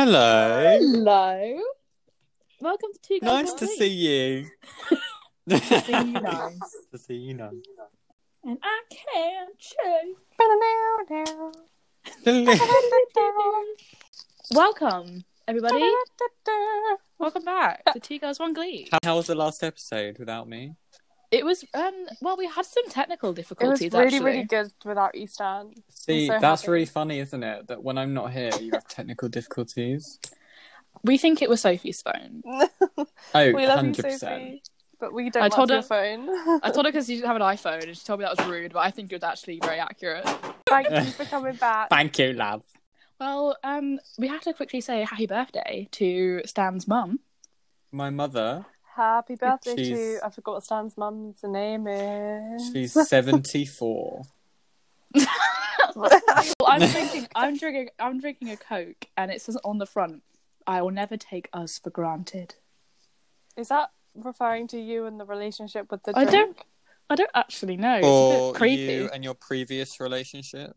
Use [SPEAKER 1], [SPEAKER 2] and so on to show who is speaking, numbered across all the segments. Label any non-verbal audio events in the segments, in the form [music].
[SPEAKER 1] Hello.
[SPEAKER 2] Hello. Welcome to Two Girls
[SPEAKER 1] Nice
[SPEAKER 2] One
[SPEAKER 1] to
[SPEAKER 2] Week.
[SPEAKER 1] see you.
[SPEAKER 2] See you
[SPEAKER 3] [laughs]
[SPEAKER 2] guys.
[SPEAKER 1] to see you now.
[SPEAKER 2] And I can change. Welcome, everybody. Welcome back to Two Girls One Glee.
[SPEAKER 1] How, how was the last episode without me?
[SPEAKER 2] It was um well we had some technical
[SPEAKER 3] It was
[SPEAKER 2] difficulties
[SPEAKER 3] really,
[SPEAKER 2] actually.
[SPEAKER 3] really good without Eastern.
[SPEAKER 1] See,
[SPEAKER 3] so
[SPEAKER 1] that's
[SPEAKER 3] happy.
[SPEAKER 1] really funny, isn't it? That when I'm not here, you have technical difficulties.
[SPEAKER 2] We think it was Sophie's phone.
[SPEAKER 1] Oh,
[SPEAKER 3] we love you,
[SPEAKER 1] 100%.
[SPEAKER 3] Sophie, but we don't
[SPEAKER 2] I told
[SPEAKER 3] love your phone. [laughs]
[SPEAKER 2] I told her because she didn't have an iPhone and she told me that was rude, but I think it was actually very accurate.
[SPEAKER 3] Thank you for coming back.
[SPEAKER 1] Thank you, love.
[SPEAKER 2] Well, um, we have to quickly say happy birthday to Stan's mum.
[SPEAKER 1] My mother,
[SPEAKER 3] Happy birthday to
[SPEAKER 1] She's-
[SPEAKER 3] I forgot what Stan's mum's name is.
[SPEAKER 1] she's 74.
[SPEAKER 2] Well,
[SPEAKER 1] [laughs]
[SPEAKER 2] I'm drinking. I'm drinking. I'm drinking a Coke, and it says on the front, "I will never take us for granted."
[SPEAKER 3] is that referring to you and the relationship with the
[SPEAKER 2] I
[SPEAKER 3] drink?
[SPEAKER 2] don't- I don't actually know. It's a
[SPEAKER 1] Or
[SPEAKER 2] bit creepy.
[SPEAKER 1] you and your previous relationship.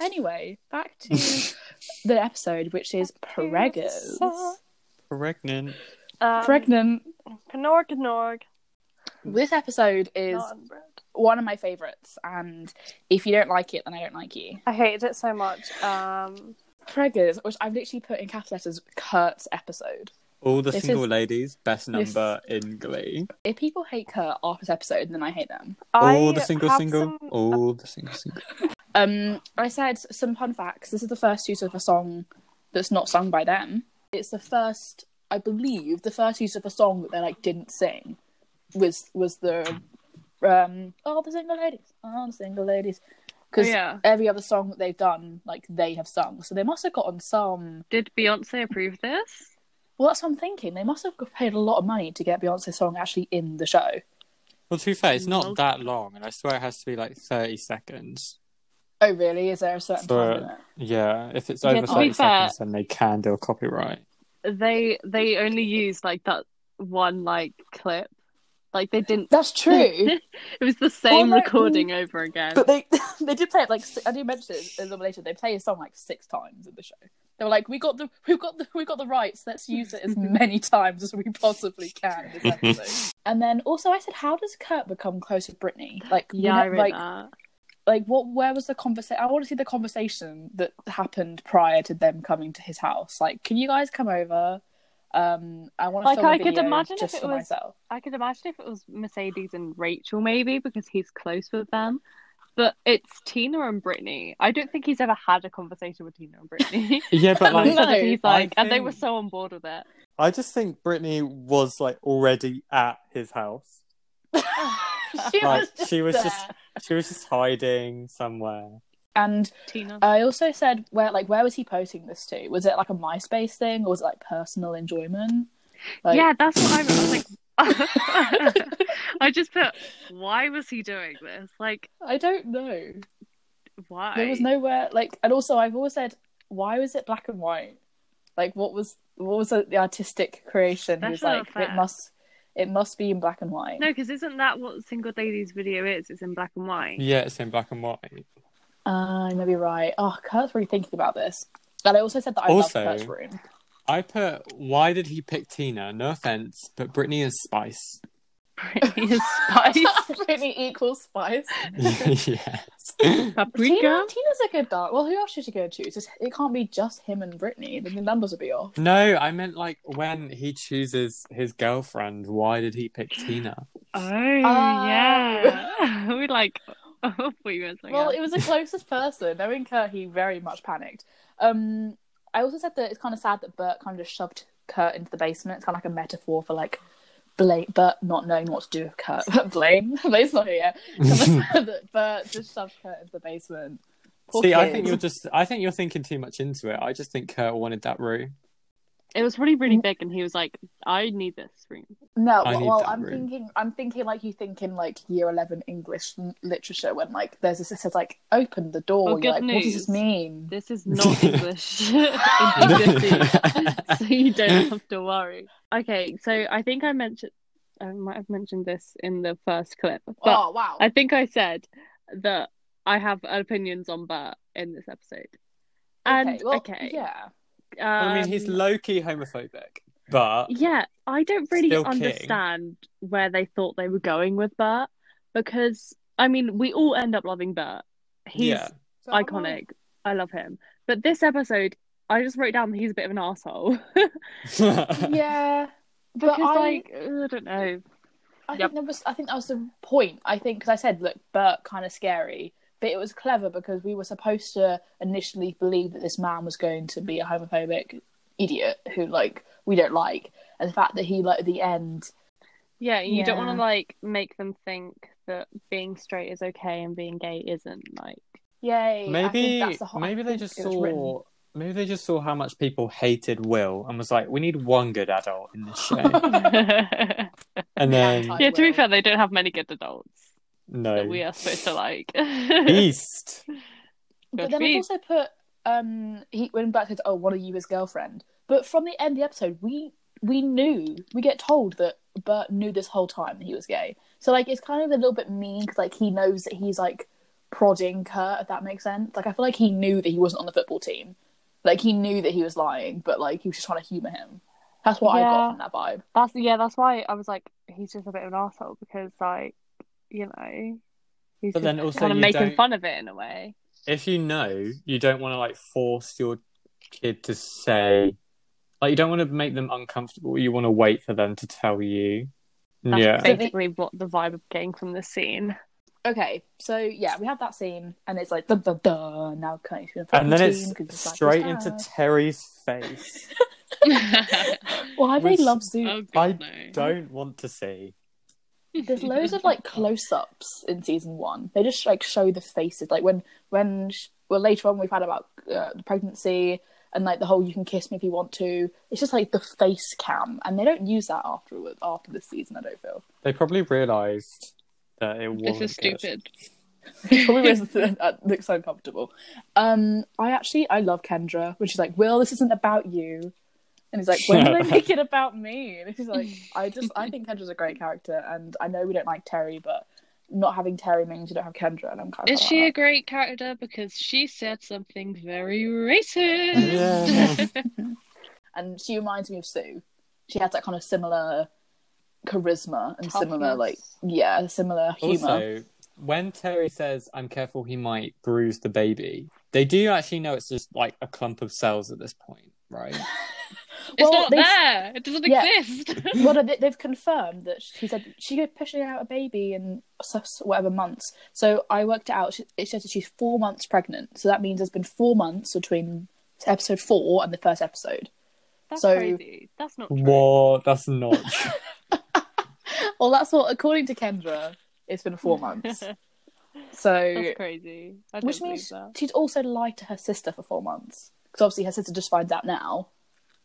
[SPEAKER 2] Anyway, back to [laughs] the episode, which is preggers.
[SPEAKER 1] Pregnant.
[SPEAKER 3] Um,
[SPEAKER 2] Pregnant.
[SPEAKER 3] Knorg, Knorg.
[SPEAKER 2] This episode is
[SPEAKER 3] Not inbred.
[SPEAKER 2] one of my favorites, and if you don't like it, then I don't like you.
[SPEAKER 3] I hated it so much. Um,
[SPEAKER 2] Preggers, which I've literally put in capital letters, Kurt's episode.
[SPEAKER 1] All the
[SPEAKER 2] This
[SPEAKER 1] single
[SPEAKER 2] is-
[SPEAKER 1] ladies, best number in Glee.
[SPEAKER 2] If people hate Kurt after this episode, then I hate them.
[SPEAKER 3] I
[SPEAKER 1] All the single
[SPEAKER 3] have
[SPEAKER 1] single.
[SPEAKER 3] some-
[SPEAKER 1] All the single single.
[SPEAKER 2] Um, I said some fun facts. This is the first use of a song that's not sung by them. It's the first, I believe, the first use of a song that they like didn't sing was was the um all the single ladies, all the single ladies, because
[SPEAKER 3] yeah.
[SPEAKER 2] every other song that they've done, like they have sung, so they must have gotten some.
[SPEAKER 3] Did Beyonce approve this?
[SPEAKER 2] Well, that's what I'm thinking. They must have paid a lot of money to get Beyonce's song actually in the show.
[SPEAKER 1] Well, to be fair, it's
[SPEAKER 3] Well-
[SPEAKER 1] not that long, and I swear it has to be like 30 seconds.
[SPEAKER 2] Oh, really? Is there a certain time
[SPEAKER 1] For-
[SPEAKER 2] limit?
[SPEAKER 1] Yeah, if it's
[SPEAKER 3] Yeah, to
[SPEAKER 1] over
[SPEAKER 3] be
[SPEAKER 1] 30
[SPEAKER 4] fair-
[SPEAKER 1] seconds, then they can do a copyright.
[SPEAKER 4] they they only used like that one like clip like they didn't
[SPEAKER 2] That's true.
[SPEAKER 4] [laughs] it was the same
[SPEAKER 2] Well, no,
[SPEAKER 4] recording over again
[SPEAKER 2] But they [laughs] they did play it like si- I do mention it in the later they play a song like six times in the show. They were like, "We got the we got the we got the rights. Let's use it
[SPEAKER 4] [laughs]
[SPEAKER 2] as many times as we possibly can." This episode. and then also, I said, "How does Kurt become close with Brittany?" Like, we
[SPEAKER 4] yeah i
[SPEAKER 2] know-
[SPEAKER 4] read
[SPEAKER 2] like
[SPEAKER 4] that
[SPEAKER 2] like what? Where was the conversation? I want to see the conversation that happened prior to them coming to his house. Like, can you guys come over? Um, I want to
[SPEAKER 4] Like,
[SPEAKER 2] film a
[SPEAKER 4] I could
[SPEAKER 2] video
[SPEAKER 4] imagine
[SPEAKER 2] just
[SPEAKER 4] if it
[SPEAKER 2] for
[SPEAKER 4] was- [laughs]
[SPEAKER 2] myself. [laughs]
[SPEAKER 4] i could imagine if it was mercedes and rachel maybe because he's close with them but it's tina and brittany i don't think he's ever had a conversation with tina and brittany [laughs]
[SPEAKER 1] Yeah,
[SPEAKER 3] [laughs]
[SPEAKER 1] but
[SPEAKER 2] like-
[SPEAKER 1] like,
[SPEAKER 4] So that he's
[SPEAKER 1] [laughs] I
[SPEAKER 4] like and they were
[SPEAKER 1] think-
[SPEAKER 4] so on board with it
[SPEAKER 1] I just think Brittany was like already at his house.
[SPEAKER 2] she
[SPEAKER 1] Like,
[SPEAKER 2] was just
[SPEAKER 1] she was
[SPEAKER 2] there.
[SPEAKER 1] just- She was just hiding somewhere.
[SPEAKER 2] and
[SPEAKER 4] tina
[SPEAKER 2] I also said where like where was he posting this to? Was it like a MySpace thing or was it like personal enjoyment? Like,
[SPEAKER 4] yeah that's what i was
[SPEAKER 2] [laughs]
[SPEAKER 4] like [laughs] i just put why was he doing this like
[SPEAKER 2] I don't know.
[SPEAKER 4] why
[SPEAKER 2] There was nowhere like and also I've always said why was it black and white? Like what was what was the artistic creation? He was
[SPEAKER 4] Special
[SPEAKER 2] like it
[SPEAKER 4] effects.
[SPEAKER 2] must it must be in black and white.
[SPEAKER 4] No, because isn't that what Single Ladies video is? It's in black and white. [laughs]
[SPEAKER 1] Yeah, it's in black and white.
[SPEAKER 2] Uh, you may be right. Oh, Kurt's really thinking about this. And I also said that I
[SPEAKER 1] Also-
[SPEAKER 2] love Kurt's room. [laughs]
[SPEAKER 1] I put, why did he pick Tina? No offense, but Brittany is [laughs] spice.
[SPEAKER 4] Britney is [laughs] spice.
[SPEAKER 2] really equals spice.
[SPEAKER 1] yes.
[SPEAKER 2] Tina, Tina's a good dog. Well, who else should she go to? It's just, it can't be just him and Brittany. Then the numbers would be off.
[SPEAKER 1] No, I meant like when he chooses his girlfriend, why did he pick Tina?
[SPEAKER 4] Oh,
[SPEAKER 2] Oh.
[SPEAKER 4] yeah. [laughs] we like. Oh, what you were saying.
[SPEAKER 2] Well, it was
[SPEAKER 1] [laughs]
[SPEAKER 2] the closest person. Knowing Kurt, he very much panicked. Um, I also said that it's kind of sad that Bert kind of just shoved Kurt into the basement. It's kind of like a metaphor for like blame Bert not knowing what to do with Kurt. [laughs] blame, blame's not here yet. It's
[SPEAKER 1] [laughs]
[SPEAKER 2] kind of sad that Bert just shoved Kurt into the basement. Poor
[SPEAKER 1] See, I
[SPEAKER 2] kid.
[SPEAKER 1] think you're just I think you're thinking too much into it. I just think Kurt wanted that room.
[SPEAKER 5] [laughs]
[SPEAKER 1] [laughs]
[SPEAKER 4] it was really, really big, and he was like, "I need this room."
[SPEAKER 2] No,
[SPEAKER 1] I
[SPEAKER 2] well,
[SPEAKER 1] need
[SPEAKER 2] well,
[SPEAKER 1] that
[SPEAKER 2] I'm
[SPEAKER 1] room.
[SPEAKER 2] thinking, I'm thinking like you think in like year eleven English l- literature when like there's this it says like open the door.
[SPEAKER 4] Well,
[SPEAKER 2] You're like,
[SPEAKER 4] good
[SPEAKER 2] what does
[SPEAKER 4] news.
[SPEAKER 2] this mean?
[SPEAKER 4] This is [laughs] not English. It's English, so you don't have to worry. Okay, so I think I mentioned. I might have mentioned this in the first clip, but
[SPEAKER 2] oh wow!
[SPEAKER 4] I think I said that I have opinions on Bert in this episode. And okay,
[SPEAKER 2] well, yeah,
[SPEAKER 5] Um,
[SPEAKER 1] Well, I mean, he's low key homophobic, but
[SPEAKER 5] Yeah, I don't really
[SPEAKER 1] Still king.
[SPEAKER 5] understand where they thought they were going with Bert because I mean we all end up loving Bert. He's
[SPEAKER 1] yeah,
[SPEAKER 5] iconic. I love him. But this episode, I just wrote down that he's a bit of an asshole [laughs]
[SPEAKER 1] [laughs]
[SPEAKER 4] [laughs]
[SPEAKER 2] yeah,
[SPEAKER 5] because
[SPEAKER 2] but I,
[SPEAKER 5] like I don't know.
[SPEAKER 2] I
[SPEAKER 3] Yep.
[SPEAKER 2] think that was I think that was the point. I think because I said, look, Bert kind of scary, but it was clever because we were supposed to initially believe that this man was going to be a homophobic idiot who like we don't like, and the fact that he like at the end,
[SPEAKER 5] Yeah,
[SPEAKER 2] you don't wanna,
[SPEAKER 5] like make them think that being straight is okay and being gay isn't [laughs] like
[SPEAKER 2] yay, I think
[SPEAKER 1] maybe
[SPEAKER 2] that's the whole,
[SPEAKER 1] maybe they just
[SPEAKER 2] it was written.
[SPEAKER 1] saw maybe they just saw how much people hated Will and was like, we need one good adult in this
[SPEAKER 5] [laughs]
[SPEAKER 1] show,
[SPEAKER 5] Yeah,
[SPEAKER 1] and then
[SPEAKER 2] Anti-
[SPEAKER 5] to be
[SPEAKER 2] Well.
[SPEAKER 5] fair, they don't have many good adults that we
[SPEAKER 1] no,
[SPEAKER 5] are supposed to like.
[SPEAKER 1] Beast.
[SPEAKER 2] But
[SPEAKER 5] Good
[SPEAKER 2] then I've
[SPEAKER 5] feed.
[SPEAKER 2] also put um he when Bert said, "Oh, one of you his girlfriend," but from the end of the episode, we we knew we get told that Bert knew this whole time that he was gay. So like it's kind of a little bit mean because like he knows that he's like prodding Kurt. If that makes sense, like I feel like he knew that he wasn't on the football team. Like he knew that he was lying, but like he was just trying to humor him. That's what I
[SPEAKER 5] Yeah.
[SPEAKER 2] got from that vibe.
[SPEAKER 5] That's yeah. That's why I was like, he's just a bit of an asshole because, like, you know, he's
[SPEAKER 1] But
[SPEAKER 5] just
[SPEAKER 1] then also
[SPEAKER 5] kind of
[SPEAKER 1] you
[SPEAKER 5] making
[SPEAKER 1] don't-
[SPEAKER 5] fun of it in a way.
[SPEAKER 1] if you know, you don't want to like force your kid to say, like, you don't want to make them uncomfortable. You want to wait for them to tell you.
[SPEAKER 5] That's
[SPEAKER 1] yeah.
[SPEAKER 5] basically what the vibe I'm getting from this
[SPEAKER 4] [laughs]
[SPEAKER 5] scene. [laughs]
[SPEAKER 2] Okay, so yeah, we have that scene, and it's like duh duh duh. Now Kurt's gonna
[SPEAKER 1] And then
[SPEAKER 2] fucking
[SPEAKER 1] it's
[SPEAKER 2] team 'cause he's like,
[SPEAKER 1] straight
[SPEAKER 2] "What's
[SPEAKER 1] into
[SPEAKER 2] that?"
[SPEAKER 1] Terry's
[SPEAKER 2] [laughs]
[SPEAKER 1] face.
[SPEAKER 4] Oh,
[SPEAKER 2] Why do
[SPEAKER 1] which-
[SPEAKER 2] they love Zoom?
[SPEAKER 1] God, don't want to see.
[SPEAKER 4] [laughs]
[SPEAKER 2] There's loads of like close-ups in season one. They just like show the faces. Like when when sh- well later on we've had about uh, the pregnancy and like the whole "you can kiss me if you want to." It's just like the face cam, and they don't use that afterwards after this season. I don't feel.
[SPEAKER 1] They probably realised that it wasn't
[SPEAKER 5] This is
[SPEAKER 1] good.
[SPEAKER 5] stupid.
[SPEAKER 2] [laughs]
[SPEAKER 4] [laughs]
[SPEAKER 2] Probably reasons that that looks uh, uncomfortable. Um, I actually I love Kendra when she's like, "Will, this isn't about you," and he's like, "When
[SPEAKER 4] [laughs]
[SPEAKER 2] do they make it about me?" And he's like, "I just I think Kendra's a great character, and I know we don't like Terry, but." Not having Terry means you don't have Kendra, and I'm kind of
[SPEAKER 4] Is
[SPEAKER 2] like "Oh."
[SPEAKER 4] she
[SPEAKER 2] that.
[SPEAKER 4] a great character? Because she said something very
[SPEAKER 5] [laughs]
[SPEAKER 4] racist.
[SPEAKER 1] Yeah.
[SPEAKER 2] and she reminds me of Sue. She has that kind of similar charisma and similar
[SPEAKER 5] Toughness.
[SPEAKER 2] like yeah, similar humor.
[SPEAKER 1] Also, when Terry says, I'm careful he might bruise the baby, they do actually know it's just like a clump of cells at this point, right?
[SPEAKER 4] it's
[SPEAKER 2] Well,
[SPEAKER 4] not
[SPEAKER 2] they-
[SPEAKER 4] there. It doesn't
[SPEAKER 2] Yeah.
[SPEAKER 4] exist.
[SPEAKER 2] well, no, they, they've confirmed that she said she was pushing out a baby in so- so whatever months. So I worked it out. She, it says that she's four months pregnant. So that means there's been four months between episode four and the first episode.
[SPEAKER 5] [laughs] That's
[SPEAKER 2] So-
[SPEAKER 5] crazy. That's not true. [laughs]
[SPEAKER 1] What? That's [laughs] not true.
[SPEAKER 2] Well, that's what, according to Kendra, it's been four [laughs] months. So
[SPEAKER 5] That's crazy. I don't
[SPEAKER 2] Which
[SPEAKER 5] believe
[SPEAKER 2] means
[SPEAKER 5] that.
[SPEAKER 2] she's also lied to her sister for four months because obviously her sister just finds out now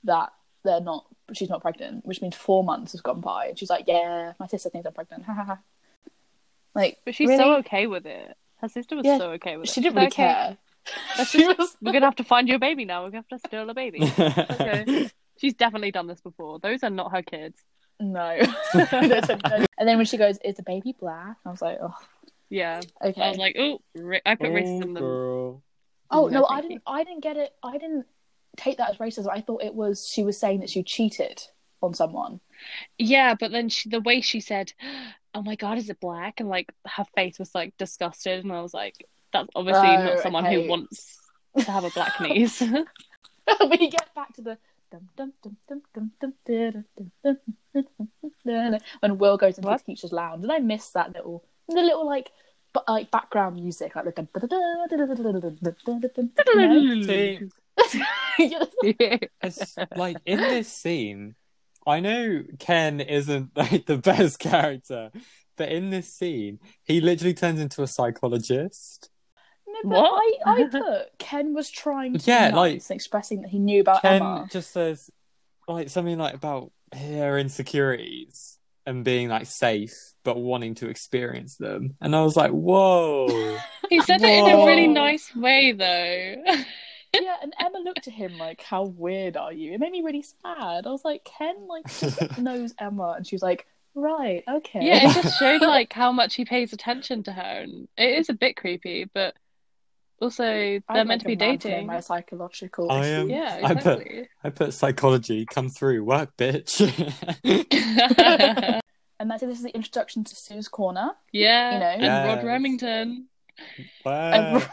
[SPEAKER 2] that they're not she's not pregnant, which means four months has gone by. And she's like, "Yeah, my sister thinks I'm pregnant." [laughs] Ha ha ha. Like,
[SPEAKER 5] But she's so
[SPEAKER 2] really?
[SPEAKER 5] okay with it. Her sister was
[SPEAKER 2] Yeah,
[SPEAKER 5] so okay with it.
[SPEAKER 2] she didn't really
[SPEAKER 5] Okay,
[SPEAKER 2] care. [laughs]
[SPEAKER 5] That's
[SPEAKER 2] She
[SPEAKER 5] just-
[SPEAKER 2] was-
[SPEAKER 5] We're gonna have to find you a baby now. We're gonna have to steal a baby.
[SPEAKER 4] [laughs]
[SPEAKER 5] Okay. She's definitely done this before. Those are not her kids.
[SPEAKER 2] No. They said no. and then when she goes, "Is the baby black?" I was like, "Oh,
[SPEAKER 5] Yeah. I
[SPEAKER 2] okay."
[SPEAKER 5] was like, oh, ra- I put racism in them. [laughs]
[SPEAKER 1] girl.
[SPEAKER 2] oh
[SPEAKER 5] no,
[SPEAKER 2] no, I
[SPEAKER 5] thank
[SPEAKER 2] didn't. I didn't get it. I didn't take that as racism. I thought it was she was saying that she cheated on someone.
[SPEAKER 4] yeah, but then she, the way she said, "Oh my god, is it black?" and like her face was like disgusted, and I was like, "That's obviously
[SPEAKER 2] Oh,
[SPEAKER 4] not someone
[SPEAKER 2] okay. [laughs]
[SPEAKER 4] who wants to have a black niece."
[SPEAKER 2] we get back to the dum dum dum dum dum dum dum dum dum dum dum dum when Will goes into the
[SPEAKER 5] What?
[SPEAKER 2] teacher's lounge, and I miss that little the little like but like background music, like the dum dum dum dum dum dum dum dum dum dum.
[SPEAKER 1] See,
[SPEAKER 2] You know?
[SPEAKER 1] it's like in this scene, I know Ken isn't [laughs] like the best character, but in this scene, he literally turns into a psychologist.
[SPEAKER 2] No, but
[SPEAKER 5] What?
[SPEAKER 2] I, I put Ken was trying to
[SPEAKER 1] Yeah,
[SPEAKER 2] be
[SPEAKER 1] like-
[SPEAKER 2] nice and expressing that he knew about
[SPEAKER 1] Ken
[SPEAKER 2] Uh, Emma.
[SPEAKER 1] just says like something like about her insecurities and being like safe but wanting to experience them. And I was like, whoa.
[SPEAKER 4] [laughs] he said it in a really
[SPEAKER 2] Whoa.
[SPEAKER 4] nice way, though. [laughs]
[SPEAKER 2] yeah, and Emma looked at him like, "How weird are you?" It made me really sad. I was like, Ken like knows Emma, and she was like, "Right, okay." [laughs]
[SPEAKER 4] Yeah, it just showed like how much he pays attention to her, and it is a bit creepy, but Also, they're
[SPEAKER 2] I'm
[SPEAKER 4] meant to be
[SPEAKER 2] like a man for knowing
[SPEAKER 4] dating.
[SPEAKER 2] My psychological.
[SPEAKER 1] I am.
[SPEAKER 4] Yeah,
[SPEAKER 1] I put-
[SPEAKER 4] exactly.
[SPEAKER 1] I put psychology, come through, work, bitch. [laughs]
[SPEAKER 2] and that's it. This is the introduction to Sue's Corner.
[SPEAKER 4] [laughs] yeah,
[SPEAKER 2] You know.
[SPEAKER 4] and
[SPEAKER 1] Yes.
[SPEAKER 5] [laughs]
[SPEAKER 4] Rod Remington.
[SPEAKER 1] [laughs] Wow.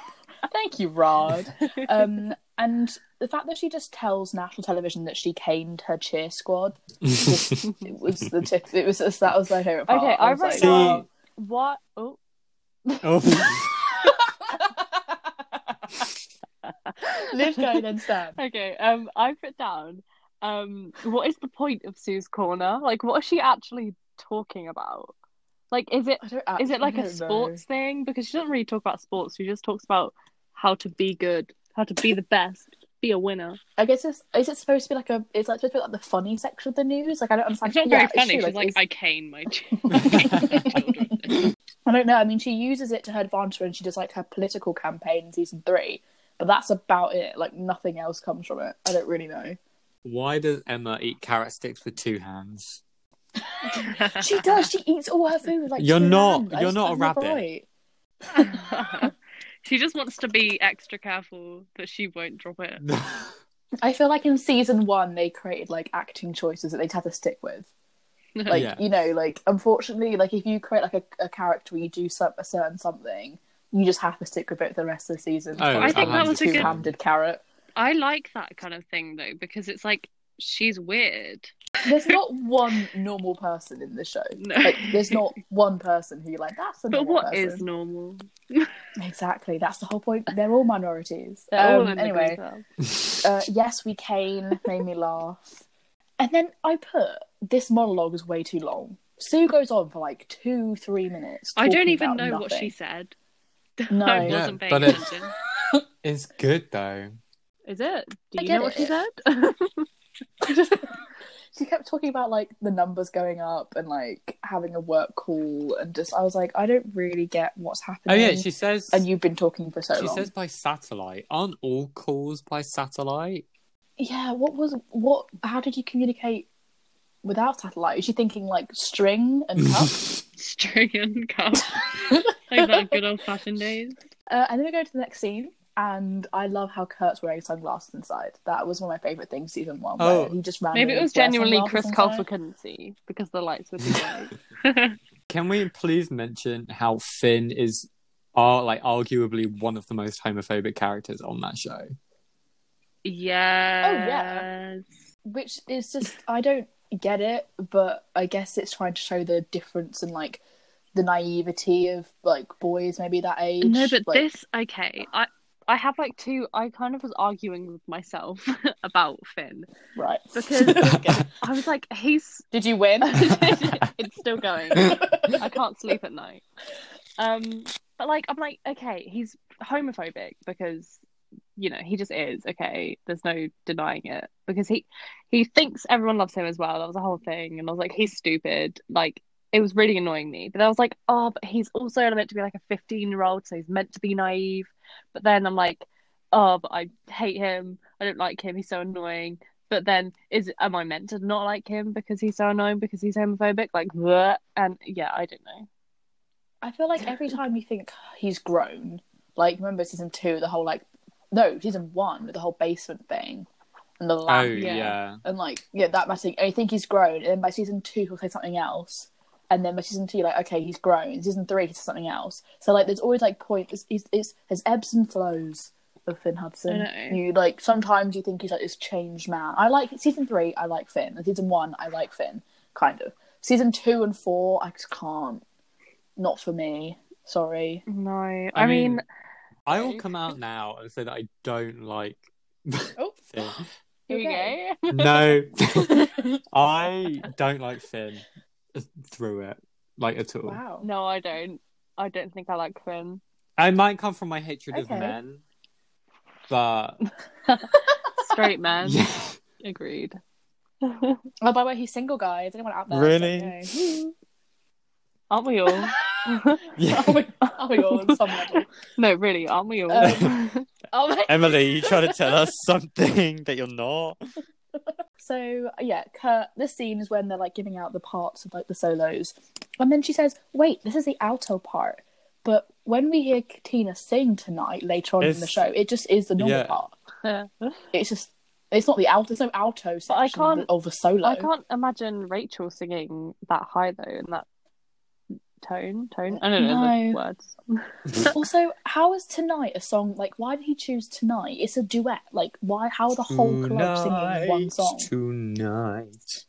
[SPEAKER 2] Thank you,
[SPEAKER 4] [laughs]
[SPEAKER 2] Rod. um, and the fact that she just tells national television that she caned her cheer squad just- it was the tip. It was just, that was my favorite part.
[SPEAKER 3] Okay, I
[SPEAKER 2] was
[SPEAKER 3] wrote
[SPEAKER 1] See-
[SPEAKER 3] down what. Oh,
[SPEAKER 1] oh,
[SPEAKER 2] Live, go, then stand.
[SPEAKER 5] Okay, um, I put down, um, what is the point of Sue's corner? Like, what is she actually talking about? Like, is it
[SPEAKER 2] I don't
[SPEAKER 5] is it
[SPEAKER 2] actually
[SPEAKER 5] like a
[SPEAKER 2] know.
[SPEAKER 5] sports thing? Because she doesn't really talk about sports. She just talks about how to be good, how to be the best, be a winner.
[SPEAKER 2] I guess it's, is it supposed to be like a? It's like supposed to be like the funny section of the news. Like I don't understand.
[SPEAKER 4] It's not
[SPEAKER 2] Yeah,
[SPEAKER 4] very funny.
[SPEAKER 2] true,
[SPEAKER 4] She's like,
[SPEAKER 2] it's-
[SPEAKER 4] I
[SPEAKER 5] [laughs]
[SPEAKER 4] cane my children.
[SPEAKER 2] I don't know. I mean, she uses it to her advantage when she does like her political campaign in season three, but that's about it. Like nothing else comes from it. I don't really know.
[SPEAKER 1] why does Emma eat carrot sticks with two hands?
[SPEAKER 2] She does. She eats all her food. Like
[SPEAKER 1] You're
[SPEAKER 2] two
[SPEAKER 1] not-
[SPEAKER 2] hands. I
[SPEAKER 1] you're
[SPEAKER 2] just-
[SPEAKER 1] not a
[SPEAKER 2] I'm never
[SPEAKER 1] rabbit.
[SPEAKER 2] right.
[SPEAKER 4] she just wants to be extra careful that she won't drop
[SPEAKER 1] [laughs]
[SPEAKER 4] it.
[SPEAKER 2] I feel like in season one they created like acting choices that they'd have to stick with. Like
[SPEAKER 1] Yeah.
[SPEAKER 2] you know, like unfortunately, like if you create like a, a character where you do some, a certain something, you just have to stick with it for the rest of the season.
[SPEAKER 1] Oh, I
[SPEAKER 4] think that was a good-
[SPEAKER 2] two-handed carrot.
[SPEAKER 4] I like that kind of thing though because it's like she's weird.
[SPEAKER 2] There's not one normal person in the show.
[SPEAKER 4] No.
[SPEAKER 2] Like, there's not one person who you're like that's a
[SPEAKER 4] But
[SPEAKER 2] normal
[SPEAKER 4] what
[SPEAKER 2] person.
[SPEAKER 4] is normal?
[SPEAKER 2] Exactly, that's the whole point. They're all minorities.
[SPEAKER 4] Oh,
[SPEAKER 2] Um,
[SPEAKER 4] and the
[SPEAKER 2] anyway,
[SPEAKER 4] girls
[SPEAKER 2] uh, yes, we cane made me laugh, and then I put this monologue is way too long. Sue goes on for like two, three minutes.
[SPEAKER 4] I don't
[SPEAKER 2] talking
[SPEAKER 4] even
[SPEAKER 2] about
[SPEAKER 4] know what
[SPEAKER 2] nothing.
[SPEAKER 4] she said. [laughs]
[SPEAKER 2] No.
[SPEAKER 4] I
[SPEAKER 2] Yeah,
[SPEAKER 4] wasn't paying
[SPEAKER 1] but it-
[SPEAKER 4] attention.
[SPEAKER 1] it's good though.
[SPEAKER 5] Is it? Do
[SPEAKER 2] I
[SPEAKER 5] you
[SPEAKER 2] get
[SPEAKER 5] know what she
[SPEAKER 2] it.
[SPEAKER 5] said?
[SPEAKER 2] [laughs] she kept talking about like the numbers going up and like having a work call and just I was like I don't really get what's
[SPEAKER 1] Oh
[SPEAKER 2] happening.
[SPEAKER 1] yeah, she says.
[SPEAKER 2] and you've been talking for so
[SPEAKER 1] she
[SPEAKER 2] long.
[SPEAKER 1] says by satellite. Aren't all calls by satellite?
[SPEAKER 2] yeah, what was what? How did you communicate without satellite? Is she thinking like string
[SPEAKER 1] [laughs]
[SPEAKER 2] and cup?
[SPEAKER 4] String [laughs] and cup.
[SPEAKER 5] [laughs]
[SPEAKER 4] like that good old fashioned days.
[SPEAKER 2] uh, and then we go to the next scene. And I love how Kurt's wearing sunglasses inside. That was one of my favorite things season one.
[SPEAKER 1] Oh.
[SPEAKER 2] where he just randomly
[SPEAKER 5] Maybe it was
[SPEAKER 2] wears
[SPEAKER 5] genuinely
[SPEAKER 2] sunglasses
[SPEAKER 5] Chris
[SPEAKER 2] inside.
[SPEAKER 5] Colfer couldn't see because the lights
[SPEAKER 2] [laughs]
[SPEAKER 5] were too bright.
[SPEAKER 1] Can we please mention how Finn is, are like arguably one of the most homophobic characters on that show?
[SPEAKER 5] Oh,
[SPEAKER 4] Yes.
[SPEAKER 2] yeah. which is just I don't get it, but I guess it's trying to show the difference and like the naivety of like boys maybe that age.
[SPEAKER 4] No, but
[SPEAKER 2] like,
[SPEAKER 4] this okay. I
[SPEAKER 5] I have like two. I kind of was arguing with myself [laughs] about Finn
[SPEAKER 2] right.
[SPEAKER 5] because
[SPEAKER 2] [laughs]
[SPEAKER 5] I was like, he's [laughs]
[SPEAKER 2] Did you win?
[SPEAKER 5] it's still going. I can't sleep at night. Um, but like, I'm like, okay, he's homophobic because you know he just is. Okay, there's no denying it because he he thinks everyone loves him as well. That was a whole thing, and I was like, he's stupid. Like, it was really annoying me. But I was like, oh, but he's also meant to be like a 15 year old, so he's meant to be naive. But then I'm like, oh, but I hate him. I don't like him. He's so annoying but then is am I meant to not like him because he's so annoying because he's homophobic? Like bleh. and yeah, I don't know.
[SPEAKER 2] I feel like every time you think he's grown, like remember season two, the whole like no, season one with the whole basement thing and the
[SPEAKER 1] Oh
[SPEAKER 2] lamp
[SPEAKER 1] yeah.
[SPEAKER 2] and like yeah, that must think I think he's grown and then by season two he'll say something else. And then by season two, you're like, okay, he's grown. Season three, he says something else. So like, there's always like point. It's, it's, it's there's ebbs and flows of Finn Hudson.
[SPEAKER 4] I know.
[SPEAKER 2] You like sometimes you think he's like this changed man. I like season three. I like Finn. And season one, I like Finn. Kind of. Season two and four, I just can't. Not for me. Sorry.
[SPEAKER 5] No, I,
[SPEAKER 1] I
[SPEAKER 5] mean,
[SPEAKER 1] mean- I will come out now and say that I don't like.
[SPEAKER 2] Oh. [laughs]
[SPEAKER 1] Finn.
[SPEAKER 5] here we go.
[SPEAKER 1] [laughs] no, I don't like Finn through it, like at all.
[SPEAKER 2] Wow.
[SPEAKER 5] No, I don't. I don't think I like Finn.
[SPEAKER 1] I might come from my hatred
[SPEAKER 2] Okay.
[SPEAKER 1] of men, but
[SPEAKER 4] [laughs]
[SPEAKER 5] Straight
[SPEAKER 4] Um,
[SPEAKER 5] man,
[SPEAKER 1] yeah.
[SPEAKER 5] agreed.
[SPEAKER 2] Oh, by the way, he's single, guys. Anyone out there?
[SPEAKER 1] Really?
[SPEAKER 2] So,
[SPEAKER 5] Aren't we all?
[SPEAKER 4] [laughs]
[SPEAKER 2] [laughs] no. are, we, are we all on some level?
[SPEAKER 5] no, really, aren't we all?
[SPEAKER 2] Um,
[SPEAKER 5] [laughs]
[SPEAKER 2] Oh my
[SPEAKER 1] Emily, you trying to tell us something that you're not?
[SPEAKER 2] [laughs] So yeah, Kurt. This scene is when they're like giving out the parts of like the solos, and then she says, "Wait, this is the alto part." But when we hear Tina sing tonight later on in the
[SPEAKER 1] It's-
[SPEAKER 2] show, it just is the normal
[SPEAKER 1] Yeah.
[SPEAKER 2] part.
[SPEAKER 5] [laughs] but
[SPEAKER 2] It's just it's not the alto. There's no alto section
[SPEAKER 5] I
[SPEAKER 2] I can't,
[SPEAKER 5] can't-
[SPEAKER 2] of the solo.
[SPEAKER 5] I can't imagine Rachel singing that high though, in that tone. Tone. I don't know the
[SPEAKER 2] No.
[SPEAKER 5] words.
[SPEAKER 2] [laughs] also, how is tonight a song like? Why did he choose tonight? It's a duet. Like, why? How are the whole club singing one song?
[SPEAKER 1] Tonight.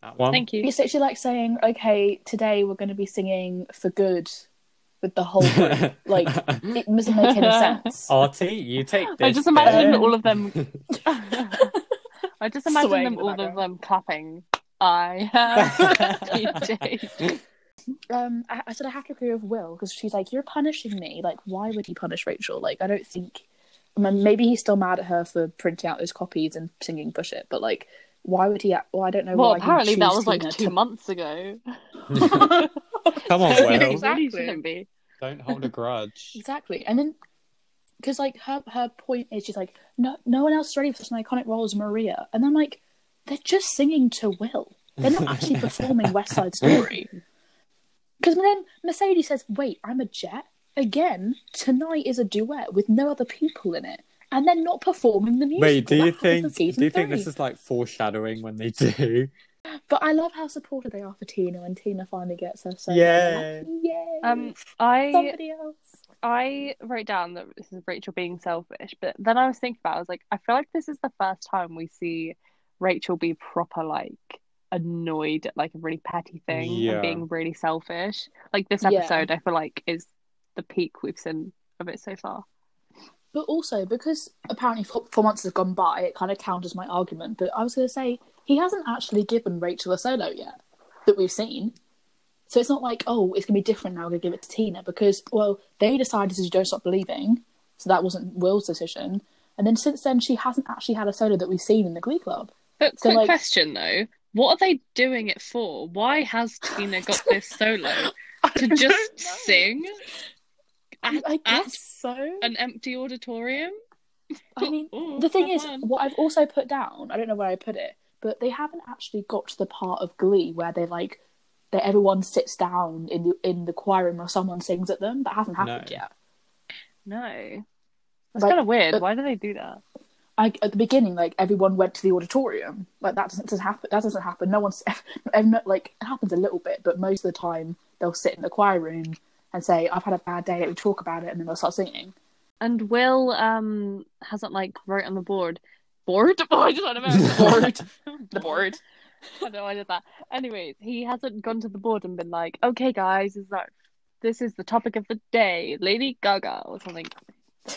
[SPEAKER 1] That one.
[SPEAKER 4] Thank you.
[SPEAKER 2] It's actually like saying, okay, today we're going to be singing for good with the whole group.
[SPEAKER 1] [laughs]
[SPEAKER 2] like, it doesn't make any
[SPEAKER 4] [laughs]
[SPEAKER 2] sense.
[SPEAKER 4] Oh.
[SPEAKER 1] Artie, you take this.
[SPEAKER 4] I just imagine
[SPEAKER 1] bit.
[SPEAKER 4] all of them. I just imagine
[SPEAKER 2] Swaying in
[SPEAKER 4] them
[SPEAKER 2] the
[SPEAKER 4] all of
[SPEAKER 2] background.
[SPEAKER 4] them clapping. I am
[SPEAKER 2] Um, I, I said I have to agree with Will because she's like, you're punishing me. Like, why would he punish Rachel? Like, I don't think. I mean, maybe he's still mad at her for printing out those copies and singing "Push It," but like, why would he? Well, I don't know.
[SPEAKER 4] Well,
[SPEAKER 2] why he'd
[SPEAKER 4] apparently that
[SPEAKER 2] choose
[SPEAKER 4] was like
[SPEAKER 2] Tina
[SPEAKER 4] two
[SPEAKER 2] to-
[SPEAKER 4] months ago. [laughs]
[SPEAKER 1] Come on, Will.
[SPEAKER 4] Exactly. shouldn't be.
[SPEAKER 1] Don't hold a grudge.
[SPEAKER 2] Exactly, and then because like her her point is she's like, no, no one else is ready for such an iconic role as Maria, and I'm like, they're just singing to Will. They're not
[SPEAKER 1] [laughs]
[SPEAKER 2] actually performing West Side Story. Because then Mercedes says, "Wait, I'm a jet again. Tonight is a duet with no other people in it, and they're not performing the music."
[SPEAKER 1] Wait, do you think do you think this is like foreshadowing when they do?
[SPEAKER 2] But I love how supportive they are for Tina when Tina finally gets her solo.
[SPEAKER 1] Yay.
[SPEAKER 2] They're like, Yay!
[SPEAKER 5] Um, I
[SPEAKER 2] Somebody else.
[SPEAKER 5] I wrote down that this is Rachel being selfish, but then I was thinking about, it, I was like, I feel like this is the first time we see Rachel be proper like annoyed at like a really petty thing
[SPEAKER 1] Yeah.
[SPEAKER 5] and being really selfish. Like this
[SPEAKER 2] Yeah.
[SPEAKER 5] episode, I feel like is the peak we've seen of it so far.
[SPEAKER 2] But also because apparently four, four months has gone by, it kind of counters my argument. But I was going to say he hasn't actually given Rachel a solo yet that we've seen, so it's not like oh it's going to be different now. We're going to give it to Tina because well they decided to do don't stop believing, so that wasn't Will's decision. And then since then she hasn't actually had a solo that we've seen in the Glee Club.
[SPEAKER 4] But
[SPEAKER 2] So,
[SPEAKER 4] quick
[SPEAKER 2] like-
[SPEAKER 4] question though, what are they doing it for? Why has
[SPEAKER 2] [laughs]
[SPEAKER 4] Tina got this solo to just sing
[SPEAKER 2] I,
[SPEAKER 4] at,
[SPEAKER 2] I
[SPEAKER 4] at
[SPEAKER 2] guess so.
[SPEAKER 4] an empty auditorium?
[SPEAKER 2] I mean,
[SPEAKER 4] Ooh,
[SPEAKER 2] the thing
[SPEAKER 4] have
[SPEAKER 2] is,
[SPEAKER 4] fun.
[SPEAKER 2] what I've also put down, I don't know where I put it, but they haven't actually got to the part of Glee where they like that everyone sits down in the in the choir room or someone sings at them. That hasn't happened
[SPEAKER 1] No.
[SPEAKER 2] yet.
[SPEAKER 5] No, that's
[SPEAKER 2] Like,
[SPEAKER 5] kind of weird.
[SPEAKER 2] but-
[SPEAKER 5] Why do they do that?
[SPEAKER 2] I, at the beginning, like everyone went to the auditorium. Like that doesn't, doesn't happen. That doesn't happen. No one's [laughs] and no- like it happens a little bit, but most of the time they'll sit in the choir room and say, "I've had a bad day." Let me talk about it, and then they'll start singing. [laughs]
[SPEAKER 4] And Will um hasn't like wrote on the board. Board? Oh, [laughs] I just want
[SPEAKER 5] [laughs]
[SPEAKER 4] to
[SPEAKER 2] Board.
[SPEAKER 4] the board. [laughs] I don't know why I did that. Anyways, he hasn't gone to the board and been like, "Okay, guys, is that this is the topic of the day, Lady Gaga or something."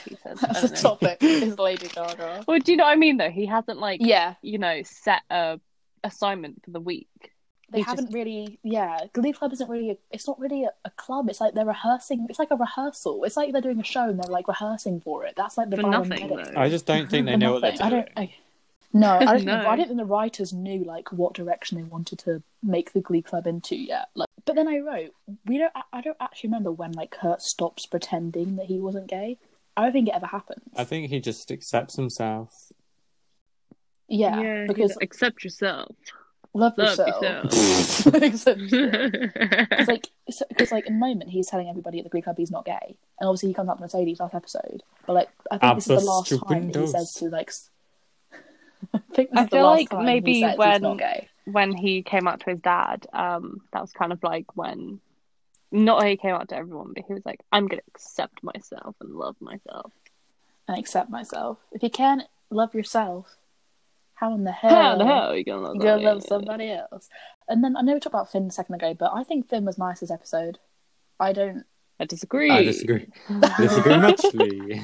[SPEAKER 4] He says, I
[SPEAKER 2] That's [laughs] the
[SPEAKER 4] don't know.
[SPEAKER 2] topic. is Lady Gaga.
[SPEAKER 4] Well, do you know what I mean? Though he hasn't like
[SPEAKER 2] Yeah,
[SPEAKER 4] you know set a assignment for the week.
[SPEAKER 2] they
[SPEAKER 4] It's just-
[SPEAKER 2] haven't really yeah glee club isn't really a, it's not really a, a club it's like they're rehearsing it's like a rehearsal it's like they're doing a show and they're like rehearsing for it that's like the
[SPEAKER 4] For
[SPEAKER 2] vibe I'm
[SPEAKER 4] nothing,
[SPEAKER 2] getting.
[SPEAKER 4] though.
[SPEAKER 1] I just don't think they
[SPEAKER 2] For
[SPEAKER 1] know what they're
[SPEAKER 2] nothing.
[SPEAKER 1] doing.
[SPEAKER 2] i don't I, no
[SPEAKER 4] [laughs]
[SPEAKER 2] i don't
[SPEAKER 4] No.
[SPEAKER 2] Think, i don't think the writers knew like what direction they wanted to make the glee club into yet like but then i wrote we don't I- i don't actually remember when like kurt stops pretending that he wasn't gay i don't think it ever happened
[SPEAKER 1] I think he just accepts himself.
[SPEAKER 2] yeah,
[SPEAKER 4] he's
[SPEAKER 2] because
[SPEAKER 4] like, accept yourself.
[SPEAKER 2] love,
[SPEAKER 4] Love
[SPEAKER 2] [laughs] yourself, Except-
[SPEAKER 4] [laughs]
[SPEAKER 2] Because like, so, cause like in the moment he's telling everybody at the Greek club he's not gay, and obviously he comes up to Mercedes last episode. But like, I think this is the last time that he
[SPEAKER 1] Abbastupendos.
[SPEAKER 2] says to like. s- [laughs] I think this
[SPEAKER 5] I
[SPEAKER 2] is the
[SPEAKER 5] feel
[SPEAKER 2] last
[SPEAKER 5] like
[SPEAKER 2] time
[SPEAKER 5] maybe
[SPEAKER 2] he says he's
[SPEAKER 5] when-
[SPEAKER 2] not gay.
[SPEAKER 5] when he came out to his dad, um, that was kind of like when not that he came out to everyone, but he was like, I'm gonna accept myself and love myself.
[SPEAKER 2] and accept myself. If you can't love yourself, how in the hell?
[SPEAKER 5] How the hell are you gonna love
[SPEAKER 2] You Oh. gonna love
[SPEAKER 5] me?
[SPEAKER 2] somebody else, and then I know we talked about Finn a second ago, but I think Finn was nice this episode. I don't,
[SPEAKER 5] I disagree. [laughs]
[SPEAKER 1] I disagree.
[SPEAKER 2] [laughs]
[SPEAKER 1] disagree muchly.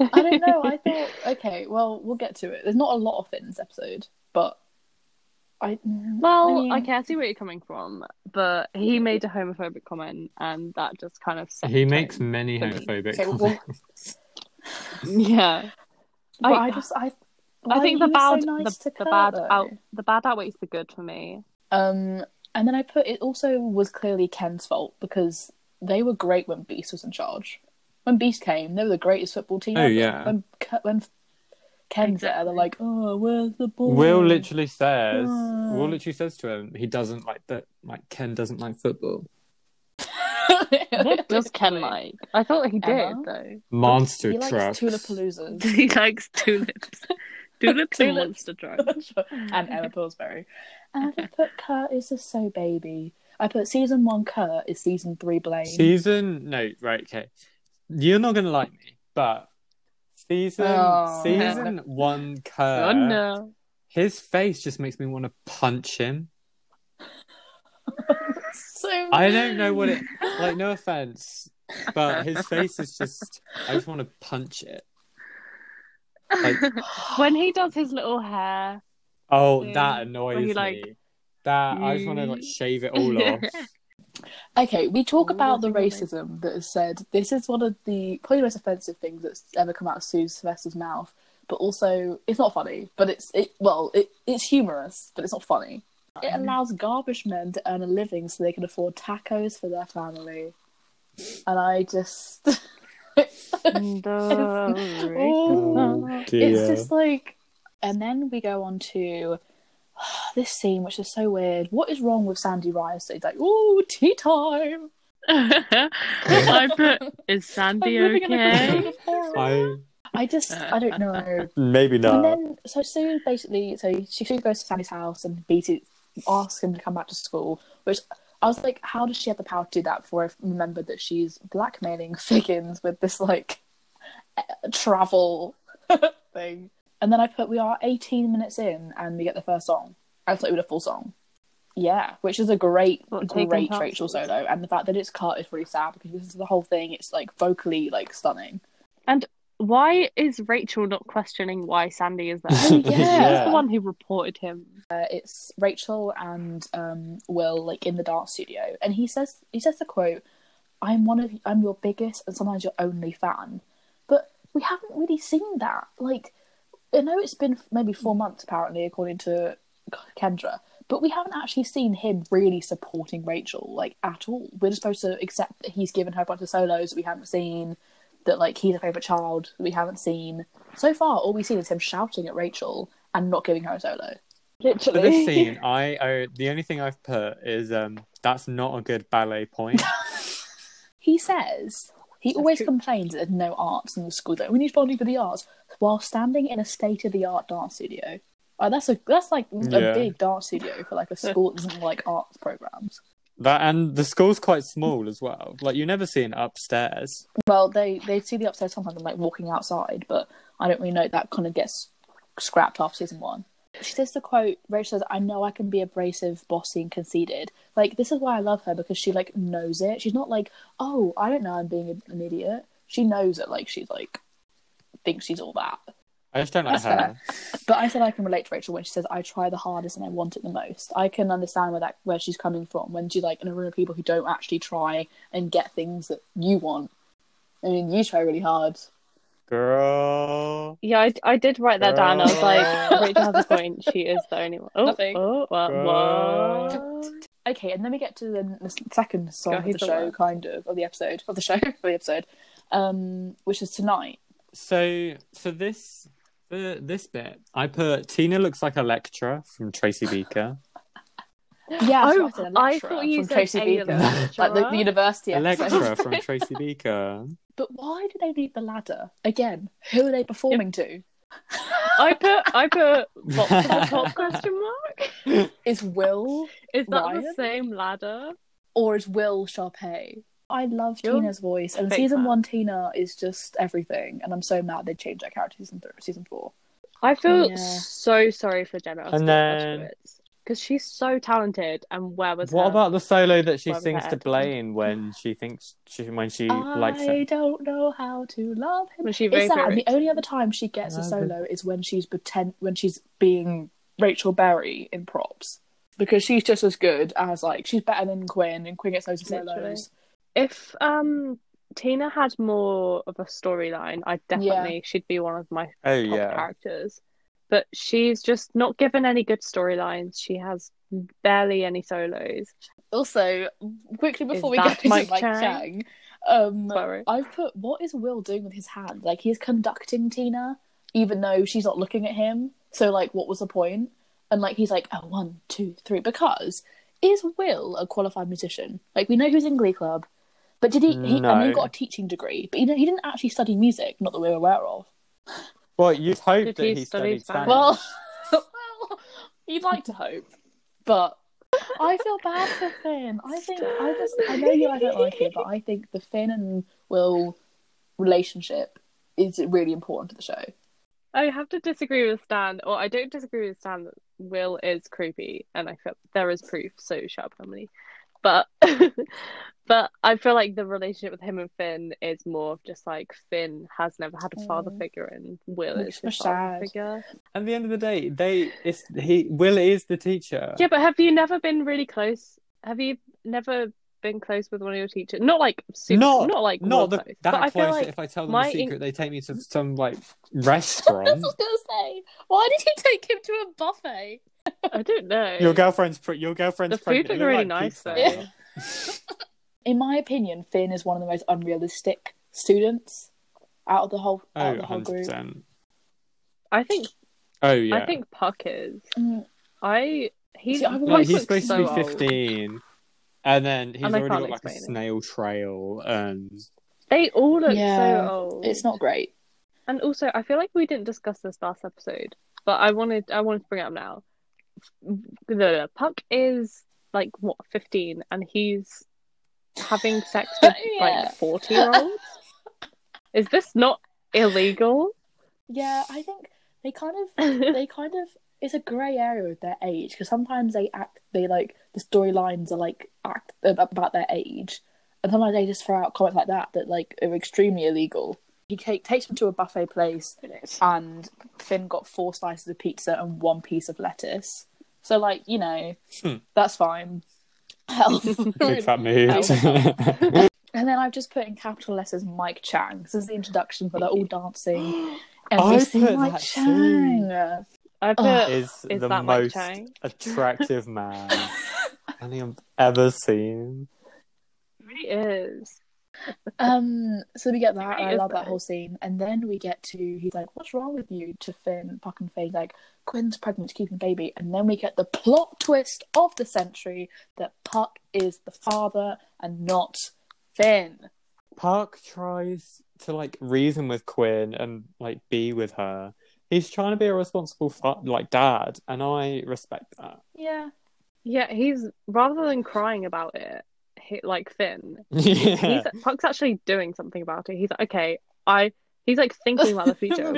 [SPEAKER 2] I don't know.
[SPEAKER 5] [laughs]
[SPEAKER 2] I thought, okay, well, we'll get to it. There's not a lot of Finn this episode, but I mm,
[SPEAKER 5] Well,
[SPEAKER 2] I mean-
[SPEAKER 5] okay, I see where you're coming from, but he made a homophobic comment and that just kind of set
[SPEAKER 1] He
[SPEAKER 5] the
[SPEAKER 1] makes
[SPEAKER 5] tone.
[SPEAKER 1] many homophobic
[SPEAKER 2] okay, well,
[SPEAKER 1] comments.
[SPEAKER 5] [laughs] Yeah.
[SPEAKER 2] But
[SPEAKER 5] I-
[SPEAKER 2] I, just I
[SPEAKER 5] I
[SPEAKER 2] why
[SPEAKER 5] think
[SPEAKER 2] were
[SPEAKER 5] the
[SPEAKER 2] you so
[SPEAKER 5] bad
[SPEAKER 2] nice
[SPEAKER 5] the,
[SPEAKER 2] to
[SPEAKER 5] the
[SPEAKER 2] Kurt,
[SPEAKER 5] bad
[SPEAKER 2] though?
[SPEAKER 5] out the bad outweighs the good for
[SPEAKER 2] [laughs]
[SPEAKER 5] me.
[SPEAKER 2] Um, and then I put it also was clearly Ken's fault because they were great when Beast was in charge. When Beast came, they were the greatest football team.
[SPEAKER 1] Oh,
[SPEAKER 2] ever.
[SPEAKER 1] yeah.
[SPEAKER 2] When Ke- when Ken's there, they're like, oh, where's the ball?
[SPEAKER 1] Will
[SPEAKER 2] [laughs]
[SPEAKER 1] literally says
[SPEAKER 2] Oh.
[SPEAKER 1] Will literally says to him he doesn't like that like Ken doesn't like football.
[SPEAKER 5] What does Ken like? I thought he did
[SPEAKER 2] Emma?
[SPEAKER 5] though.
[SPEAKER 1] Monster
[SPEAKER 2] He likes
[SPEAKER 1] trucks.
[SPEAKER 4] [laughs]
[SPEAKER 2] Tulipaloozas. [laughs]
[SPEAKER 5] he likes tulips. [laughs] Tulips and
[SPEAKER 2] Tulips.
[SPEAKER 5] monster
[SPEAKER 4] [laughs]
[SPEAKER 5] truck.
[SPEAKER 2] and Emma Pillsbury. And
[SPEAKER 5] [laughs]
[SPEAKER 2] I put Kurt is a so baby. I put season one Kurt is season three Blaine.
[SPEAKER 1] Season no, right, okay. You're not gonna like me, but season
[SPEAKER 2] Oh,
[SPEAKER 1] season one Kerr,
[SPEAKER 5] Oh no.
[SPEAKER 1] his face just makes me want to punch him.
[SPEAKER 2] [laughs] so
[SPEAKER 1] I don't know what it like, no offense, but his face is just I just want to punch it. Like
[SPEAKER 5] [laughs] when he does his little
[SPEAKER 4] [laughs]
[SPEAKER 5] hair,
[SPEAKER 1] oh
[SPEAKER 5] Yeah.
[SPEAKER 1] that
[SPEAKER 5] Where
[SPEAKER 1] annoys
[SPEAKER 5] he, like-
[SPEAKER 1] me. That I just want to like shave it all off.
[SPEAKER 2] Okay, we talk about the
[SPEAKER 5] Ooh, I think I
[SPEAKER 2] racism that is said. This is one of the probably most offensive things that's ever come out of Sue Sylvester's mouth. But also, it's not funny. But it's it well, it, it's humorous, but it's not funny. It allows garbage men to earn a living so they can afford tacos for their family. And I just, [laughs]
[SPEAKER 1] [laughs]
[SPEAKER 2] Oh, it's just like. And then we go on to [sighs] this scene, which is so weird. What is wrong with Sandy Rice? He's like, "Ooh, tea time."
[SPEAKER 5] I put is Sandy
[SPEAKER 2] living in a
[SPEAKER 5] okay?
[SPEAKER 2] container of horror.
[SPEAKER 1] I
[SPEAKER 2] I just, I don't know.
[SPEAKER 1] maybe
[SPEAKER 2] And
[SPEAKER 1] not.
[SPEAKER 2] then, so Sue basically, so she, she goes to Sandy's house and beats, asks him to come back to school. Which I was like, how does she have the power to do that? Before I remembered that she's blackmailing [laughs] Figgins with this like [laughs] eh, travel [laughs] thing. And then I put, we are 18 minutes in and we get the first song. I thought it would a full song. Yeah, which is a great,
[SPEAKER 5] What, Taken
[SPEAKER 2] great
[SPEAKER 5] Classes?
[SPEAKER 2] Rachel solo, and the fact that it's cut is really sad because this is the whole thing. It's like vocally like stunning.
[SPEAKER 5] Why is Rachel not questioning why Sandy is
[SPEAKER 1] [laughs]
[SPEAKER 5] there?
[SPEAKER 2] Oh, yeah.
[SPEAKER 5] She's the one who reported him.
[SPEAKER 2] uh, it's Rachel and um, Will like in the dance studio, and he says he says the quote, "I'm one of I'm your biggest and sometimes your only fan," but we haven't really seen that. Like, I know it's been maybe four months apparently, according to Kendra, but we haven't actually seen him really supporting Rachel like at all. We're just supposed to accept that he's given her a bunch of solos that we haven't seen, that like he's a favorite child that we haven't seen. So far, all we've seen is him shouting at Rachel and not giving her a solo.
[SPEAKER 1] For
[SPEAKER 2] Literally.
[SPEAKER 1] this scene, I, I the only thing I've put is um that's not a good ballet point.
[SPEAKER 2] He says he always complains that there's no arts in the school. That we need funding for the arts while standing in a state-of-the-art dance studio. Oh, that's a that's like
[SPEAKER 1] Yeah.
[SPEAKER 2] a big dance studio for like a school that doesn't like arts programs.
[SPEAKER 1] That and the school's quite small as well. Like you never see an upstairs.
[SPEAKER 2] Well, they they see the upstairs sometimes and like walking outside, but I don't really know that kind of gets scrapped after season one. She says the quote. Rachel says, "I know I can be abrasive, bossy, and conceited. Like this is why I love her because she like knows it. She's not like, oh, I don't know, I'm being an idiot. She knows it. Like she's like thinks she's all that.
[SPEAKER 1] I just don't like
[SPEAKER 2] That's
[SPEAKER 1] her.
[SPEAKER 2] But I said I can relate to Rachel when she says I try the hardest and I want it the most. I can understand where that where she's coming from when she's like in a room of people who don't actually try and get things that you want. I mean, you try really hard.
[SPEAKER 1] Girl.
[SPEAKER 4] [laughs] Yeah, I, I did write that down. I was
[SPEAKER 1] Girl.
[SPEAKER 4] like, [laughs] Rachel has a point. She is the only one. Oh,
[SPEAKER 2] Nothing.
[SPEAKER 4] oh what,
[SPEAKER 1] Girl.
[SPEAKER 4] what?
[SPEAKER 2] Okay, and then we get to the, the second song
[SPEAKER 4] Go
[SPEAKER 2] of the
[SPEAKER 4] ahead,
[SPEAKER 2] show,
[SPEAKER 4] Laura.
[SPEAKER 2] kind of, of the episode, of the show, [laughs] of the episode, um, which is tonight.
[SPEAKER 1] So for this for this bit, I put Tina looks like Electra from Tracy Beaker.
[SPEAKER 2] Yeah, that's
[SPEAKER 5] Oh,
[SPEAKER 2] what I, said,
[SPEAKER 5] I
[SPEAKER 2] Electra
[SPEAKER 5] thought you
[SPEAKER 2] from
[SPEAKER 5] said
[SPEAKER 2] Tracy
[SPEAKER 5] a
[SPEAKER 2] Beaker,
[SPEAKER 5] lecturer.
[SPEAKER 2] like the, the university episode. [laughs]
[SPEAKER 1] Electra from Tracy Beaker.
[SPEAKER 2] But why do they need the ladder again? Who are they performing to?
[SPEAKER 5] I put I put [laughs] what was the top question mark?
[SPEAKER 2] Is Will
[SPEAKER 5] Is that the
[SPEAKER 2] Ryan?
[SPEAKER 5] same ladder?
[SPEAKER 2] or is Will Sharpay? I love
[SPEAKER 5] You're
[SPEAKER 2] Tina's voice, and
[SPEAKER 5] big
[SPEAKER 2] season
[SPEAKER 5] fan.
[SPEAKER 2] one Tina is just everything, and I'm so mad they changed that character season three, season four.
[SPEAKER 5] I feel
[SPEAKER 2] Yeah.
[SPEAKER 5] so sorry for Jenna
[SPEAKER 1] And then-
[SPEAKER 5] because she's so talented and where was
[SPEAKER 1] What
[SPEAKER 5] her?
[SPEAKER 1] about the solo that she
[SPEAKER 5] Well, we
[SPEAKER 1] sings
[SPEAKER 5] had
[SPEAKER 1] to
[SPEAKER 5] it.
[SPEAKER 1] Blaine when she thinks she when she likes
[SPEAKER 2] I
[SPEAKER 1] him?
[SPEAKER 2] don't know how to love him.
[SPEAKER 5] when she
[SPEAKER 2] Is
[SPEAKER 5] very
[SPEAKER 2] that and the only other time she gets a
[SPEAKER 1] Love
[SPEAKER 2] solo is when she's pretend when she's being Rachel Berry in props because she's just as good as like she's better than Quinn, and Quinn gets loads of
[SPEAKER 5] Literally.
[SPEAKER 2] solos.
[SPEAKER 5] if um Tina had more of a storyline, I definitely she'd be one of my top
[SPEAKER 1] Oh yeah.
[SPEAKER 5] characters. But she's just not given any good storylines. She has barely any solos.
[SPEAKER 2] Also, quickly before we
[SPEAKER 5] that
[SPEAKER 2] get into Mike
[SPEAKER 5] Mike
[SPEAKER 2] Chang,
[SPEAKER 5] Chang?
[SPEAKER 2] um,
[SPEAKER 5] Sorry.
[SPEAKER 2] I've put what is Will doing with his hand? Like he's conducting Tina, even though she's not looking at him. So like, what was the point? And like he's like, oh, one, two, three, because is Will a qualified musician? Like we know who's in Glee Club. But did he? he I know he
[SPEAKER 1] No.
[SPEAKER 2] got a teaching degree, but you know he didn't actually study music, not that we're aware of.
[SPEAKER 1] Well, you'd hope
[SPEAKER 4] Did
[SPEAKER 1] that
[SPEAKER 4] he
[SPEAKER 1] he,
[SPEAKER 4] study
[SPEAKER 1] studied Spanish.
[SPEAKER 4] Spanish?
[SPEAKER 2] Well, [laughs] well, you'd like to hope, but I feel bad for Finn. I think I just I know you. I don't like it, but I think the Finn and Will relationship is really important to the show.
[SPEAKER 4] I have to disagree with Stan, or I don't disagree with Stan that Will is creepy, and I feel there is proof. So shut up, Emily. But [laughs] but I feel like the relationship with him and Finn is more of just like Finn has never had a father
[SPEAKER 2] Mm.
[SPEAKER 4] figure, and Will
[SPEAKER 2] Makes
[SPEAKER 4] is
[SPEAKER 2] me
[SPEAKER 4] his father
[SPEAKER 2] sad.
[SPEAKER 4] figure.
[SPEAKER 1] At the end of the day, they it's he Will is the teacher.
[SPEAKER 4] Yeah, but have you never been really close? Have you never been close with one of your teachers? Not like super,
[SPEAKER 1] Not-
[SPEAKER 4] not, like real
[SPEAKER 1] Not the,
[SPEAKER 4] close,
[SPEAKER 1] that
[SPEAKER 4] but I
[SPEAKER 1] close
[SPEAKER 4] feel
[SPEAKER 1] that
[SPEAKER 4] like
[SPEAKER 1] if I tell them
[SPEAKER 4] my
[SPEAKER 1] a
[SPEAKER 4] in-
[SPEAKER 1] secret, they take me to some like
[SPEAKER 2] That's
[SPEAKER 4] [laughs]
[SPEAKER 1] restaurant.
[SPEAKER 2] what I was gonna say. Why did he take him to a buffet?
[SPEAKER 4] I don't know.
[SPEAKER 1] your girlfriend's pre- your girlfriend's
[SPEAKER 4] The food
[SPEAKER 1] pregnant.
[SPEAKER 4] looked
[SPEAKER 1] You're
[SPEAKER 4] really
[SPEAKER 1] like
[SPEAKER 4] nice,
[SPEAKER 1] pizza.
[SPEAKER 4] though.
[SPEAKER 2] In my opinion, Finn is one of the most unrealistic students out of the whole out
[SPEAKER 1] Oh,
[SPEAKER 2] of the whole group.
[SPEAKER 1] 100%.
[SPEAKER 4] I think
[SPEAKER 1] Oh yeah.
[SPEAKER 4] I think Puck is.
[SPEAKER 2] Mm,
[SPEAKER 4] I he
[SPEAKER 2] See, I would
[SPEAKER 1] like
[SPEAKER 4] Puck
[SPEAKER 1] he's
[SPEAKER 4] looks
[SPEAKER 1] supposed
[SPEAKER 4] so
[SPEAKER 1] to be
[SPEAKER 4] old.
[SPEAKER 1] 15 and then he's
[SPEAKER 4] And I
[SPEAKER 1] already
[SPEAKER 4] can't
[SPEAKER 1] got like a
[SPEAKER 4] explain it.
[SPEAKER 1] snail trail
[SPEAKER 4] [laughs]
[SPEAKER 1] and
[SPEAKER 4] They all look
[SPEAKER 2] Yeah,
[SPEAKER 4] so old.
[SPEAKER 2] it's not great.
[SPEAKER 4] And also, I feel like we didn't discuss this last episode, but I wanted I wanted to bring it up now. The Puck is like what fifteen, and he's having
[SPEAKER 2] [laughs]
[SPEAKER 4] sex with
[SPEAKER 2] Yeah.
[SPEAKER 4] like forty year olds.
[SPEAKER 2] [laughs]
[SPEAKER 4] is this not illegal?
[SPEAKER 2] Yeah, I think they kind of
[SPEAKER 4] I
[SPEAKER 2] they kind of it's a grey area with their age because sometimes they act they like the storylines are like act about their age and sometimes they just throw out comments like that that like are extremely illegal he take, takes them to a buffet place and finn got four slices of pizza and one piece of lettuce so like you know
[SPEAKER 1] Hmm.
[SPEAKER 2] that's fine health
[SPEAKER 1] big fat mood.
[SPEAKER 2] [laughs]
[SPEAKER 1] [laughs]
[SPEAKER 2] and then i've just put in capital letters mike chang this is the introduction where they're all dancing
[SPEAKER 1] [gasps] I
[SPEAKER 2] everything
[SPEAKER 1] put
[SPEAKER 2] mike
[SPEAKER 1] that too.
[SPEAKER 2] chang
[SPEAKER 4] put
[SPEAKER 2] Ugh.
[SPEAKER 1] is,
[SPEAKER 2] [laughs]
[SPEAKER 4] Is
[SPEAKER 1] the
[SPEAKER 4] that Mike
[SPEAKER 1] most
[SPEAKER 4] Chang?
[SPEAKER 1] attractive man I think I've ever seen.
[SPEAKER 4] He is.
[SPEAKER 2] Um, so we get that. and I
[SPEAKER 4] Right,
[SPEAKER 2] love that
[SPEAKER 4] though.
[SPEAKER 2] whole scene, and then we get to he's like, "What's wrong with you?" To Finn, Puck, and Faye, like, "Quinn's pregnant, she's keeping baby," and then we get the plot twist of the century that Puck is the father and not Finn.
[SPEAKER 1] Park tries to like reason with Quinn and like be with her. He's trying to be a responsible fa- like dad, and I respect that. [laughs]
[SPEAKER 2] Yeah,
[SPEAKER 4] Yeah, he's rather than crying about it, he, like Finn,
[SPEAKER 1] Yeah.
[SPEAKER 4] he's Puck's actually doing something about it. He's like, okay, I. He's like thinking about
[SPEAKER 1] [laughs]
[SPEAKER 4] the future.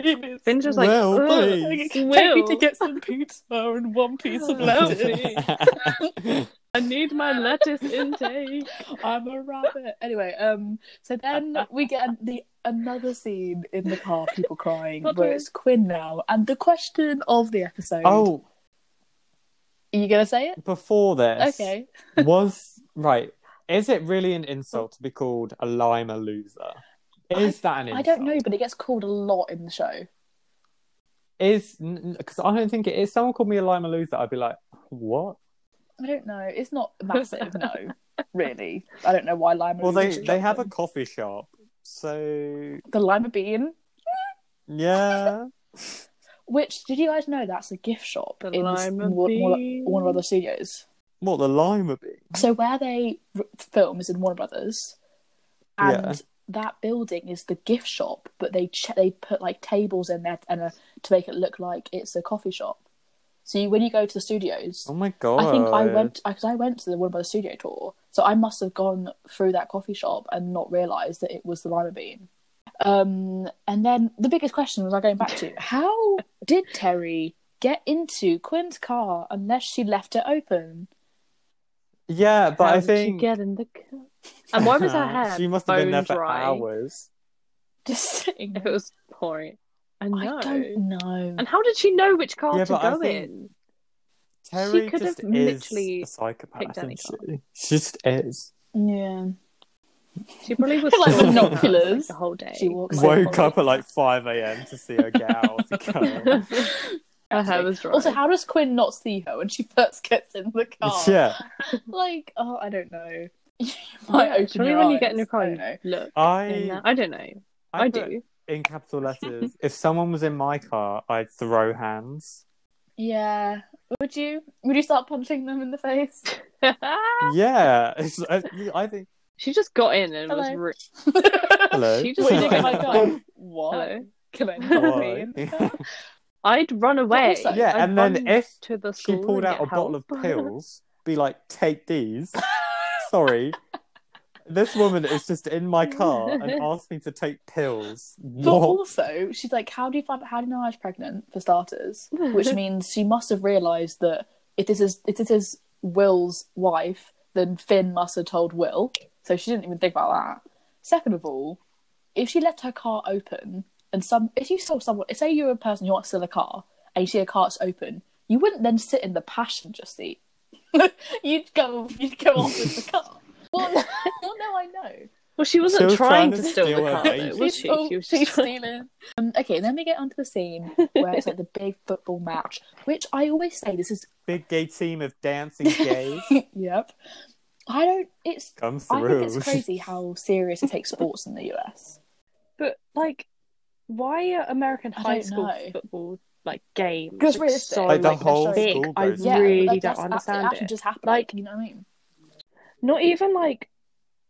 [SPEAKER 4] Finn's just like,
[SPEAKER 1] Will,
[SPEAKER 4] "Ugh,
[SPEAKER 1] please.
[SPEAKER 4] Will,
[SPEAKER 2] get some pizza and one piece
[SPEAKER 1] [laughs]
[SPEAKER 4] of
[SPEAKER 2] [laughs]
[SPEAKER 4] I need my lettuce
[SPEAKER 2] [laughs]
[SPEAKER 4] intake.
[SPEAKER 2] I'm a rabbit. Anyway, um, so then we get the another scene in the car, people crying,
[SPEAKER 4] Plot
[SPEAKER 2] where
[SPEAKER 4] twist.
[SPEAKER 2] it's Quinn now, and the question of the episode.
[SPEAKER 1] oh,
[SPEAKER 2] Are you gonna say it?
[SPEAKER 1] before this,
[SPEAKER 2] Okay.
[SPEAKER 1] was right. Is it really an insult to be called a Lima loser? Is that an insult?
[SPEAKER 2] I don't know, but it gets called a lot in the show.
[SPEAKER 1] Is because I don't think it is. Someone called me a Lima loser, I'd be like, what?
[SPEAKER 2] I don't know. It's
[SPEAKER 4] [laughs]
[SPEAKER 2] not massive, no. Really, I don't know why lima.
[SPEAKER 1] Well, they
[SPEAKER 2] beans
[SPEAKER 1] they have a
[SPEAKER 2] them.
[SPEAKER 1] coffee shop, so
[SPEAKER 2] the lima bean.
[SPEAKER 1] yeah.
[SPEAKER 2] Which did you guys know? That's a gift shop
[SPEAKER 4] The
[SPEAKER 2] in s-
[SPEAKER 4] lima
[SPEAKER 2] Wa- Wa-
[SPEAKER 4] bean.
[SPEAKER 2] Warner Brothers Studios.
[SPEAKER 1] What the Lima be?
[SPEAKER 2] So where they r- film is in Warner Brothers, and
[SPEAKER 1] Yeah.
[SPEAKER 2] that building is the gift shop, but they ch- they put like tables in there and a, to make it look like it's a coffee shop. So you, when you go to the studios,
[SPEAKER 1] Oh my god!
[SPEAKER 2] I think I went because I went to the Warner Brothers studio tour, so I must have gone through that coffee shop and not realised that it was the lima bean. Um, and then the biggest question was I going back to how did Terry get into Quinn's car unless she left it open? [laughs]
[SPEAKER 1] Yeah, but
[SPEAKER 4] How
[SPEAKER 1] I
[SPEAKER 4] did she
[SPEAKER 1] think
[SPEAKER 4] get in the car? And why
[SPEAKER 1] [laughs]
[SPEAKER 4] was her hair?
[SPEAKER 1] she must have been
[SPEAKER 4] bone
[SPEAKER 1] there for
[SPEAKER 4] dry?
[SPEAKER 1] hours.
[SPEAKER 2] Just sitting.
[SPEAKER 4] If it
[SPEAKER 2] there.
[SPEAKER 4] was pouring, I know.
[SPEAKER 2] I don't know.
[SPEAKER 4] And how did she know which car
[SPEAKER 1] Yeah,
[SPEAKER 4] to
[SPEAKER 1] but I
[SPEAKER 4] go
[SPEAKER 1] think-
[SPEAKER 4] in?
[SPEAKER 1] Terry
[SPEAKER 4] could
[SPEAKER 1] just
[SPEAKER 4] have
[SPEAKER 1] is
[SPEAKER 4] literally
[SPEAKER 1] a psychopath,
[SPEAKER 4] picked any
[SPEAKER 1] isn't she? She just is.
[SPEAKER 2] Yeah, [laughs]
[SPEAKER 4] She probably was
[SPEAKER 2] Like
[SPEAKER 4] stalking her, like,
[SPEAKER 2] binoculars.
[SPEAKER 4] the whole day.
[SPEAKER 2] she
[SPEAKER 4] [laughs]
[SPEAKER 2] walks.
[SPEAKER 1] Woke up at like five a.m. to see her get out of the car.
[SPEAKER 4] her hair was dry.
[SPEAKER 2] Also, how does Quinn not see her when she first gets in the
[SPEAKER 4] Oh,
[SPEAKER 2] car?
[SPEAKER 1] [laughs] Yeah,
[SPEAKER 2] Like, oh, I don't know. [laughs] You
[SPEAKER 4] Yeah,
[SPEAKER 2] might open
[SPEAKER 4] surely
[SPEAKER 2] your
[SPEAKER 4] when
[SPEAKER 2] eyes.
[SPEAKER 4] you get in your car,
[SPEAKER 2] I
[SPEAKER 4] you
[SPEAKER 2] don't know.
[SPEAKER 4] look. in
[SPEAKER 1] I
[SPEAKER 4] that- I don't know. I,
[SPEAKER 1] put
[SPEAKER 4] do. [laughs]
[SPEAKER 1] in capital letters. if someone was in my car, I'd throw hands.
[SPEAKER 2] Yeah. Would you? Would you start punching them in the face?
[SPEAKER 1] Yeah, it's, I, I think
[SPEAKER 4] [laughs] She just got in and was
[SPEAKER 2] Hello.
[SPEAKER 4] rude.
[SPEAKER 1] Hello.
[SPEAKER 4] She
[SPEAKER 2] [laughs]
[SPEAKER 4] just
[SPEAKER 2] What, you
[SPEAKER 4] went,
[SPEAKER 1] [laughs]
[SPEAKER 2] think I
[SPEAKER 4] like,
[SPEAKER 2] got? What?
[SPEAKER 4] Hello.
[SPEAKER 2] Can I not be in the
[SPEAKER 1] Why?
[SPEAKER 2] car?
[SPEAKER 4] I'd run away.
[SPEAKER 2] also-
[SPEAKER 1] Yeah,
[SPEAKER 4] I'd
[SPEAKER 1] and then
[SPEAKER 4] run
[SPEAKER 1] if
[SPEAKER 4] to the
[SPEAKER 1] she
[SPEAKER 4] school
[SPEAKER 1] pulled
[SPEAKER 4] and
[SPEAKER 1] out a
[SPEAKER 4] get
[SPEAKER 1] bottle of
[SPEAKER 4] help.
[SPEAKER 1] pills, be like, take these. Sorry. This woman is just in my car
[SPEAKER 4] [laughs]
[SPEAKER 1] and asked me to take pills.
[SPEAKER 2] But
[SPEAKER 1] What?
[SPEAKER 2] also, she's like, "How do you find? How do you know I was pregnant?" For starters, which means she must have realised that if this is if this is Will's wife, then Finn must have told Will. So she didn't even think about that. Second of all, if she left her car open and some, if you saw someone, say you're a person who wants to steal a car and you see a car that's open, you wouldn't then sit in the passenger seat. [laughs] you'd go, you'd go off with the car. Well, no, well, no, I know.
[SPEAKER 4] [laughs] Well, she wasn't
[SPEAKER 1] was
[SPEAKER 4] trying, to steal, the
[SPEAKER 1] her
[SPEAKER 4] car,
[SPEAKER 1] baby.
[SPEAKER 4] though, was she?
[SPEAKER 2] Oh,
[SPEAKER 4] [laughs] She was
[SPEAKER 2] she's
[SPEAKER 4] just trying-
[SPEAKER 2] stealing. [laughs] Um, okay, then we get onto the scene where it's like the big football match, which I always say this is. [laughs]
[SPEAKER 1] Big gay team of
[SPEAKER 4] [laughs]
[SPEAKER 1] dancing gays.
[SPEAKER 2] yep. I don't. It's.
[SPEAKER 1] Come
[SPEAKER 2] I
[SPEAKER 1] through.
[SPEAKER 2] think it's crazy how serious it takes sports in the US.
[SPEAKER 4] But like, why are American
[SPEAKER 2] I
[SPEAKER 4] high
[SPEAKER 2] don't
[SPEAKER 4] school
[SPEAKER 2] know.
[SPEAKER 4] football like games?
[SPEAKER 2] Because
[SPEAKER 4] like,
[SPEAKER 2] realistic.
[SPEAKER 1] [laughs]
[SPEAKER 4] so,
[SPEAKER 1] Like, the
[SPEAKER 4] like,
[SPEAKER 1] whole
[SPEAKER 4] big?
[SPEAKER 1] school
[SPEAKER 4] I
[SPEAKER 1] goes to
[SPEAKER 2] Yeah,
[SPEAKER 4] really
[SPEAKER 2] like, that's,
[SPEAKER 4] don't
[SPEAKER 2] that's- It
[SPEAKER 4] understand
[SPEAKER 2] actually
[SPEAKER 4] it.
[SPEAKER 2] just happened.
[SPEAKER 4] Like-
[SPEAKER 2] you know what I mean?
[SPEAKER 4] Not even like,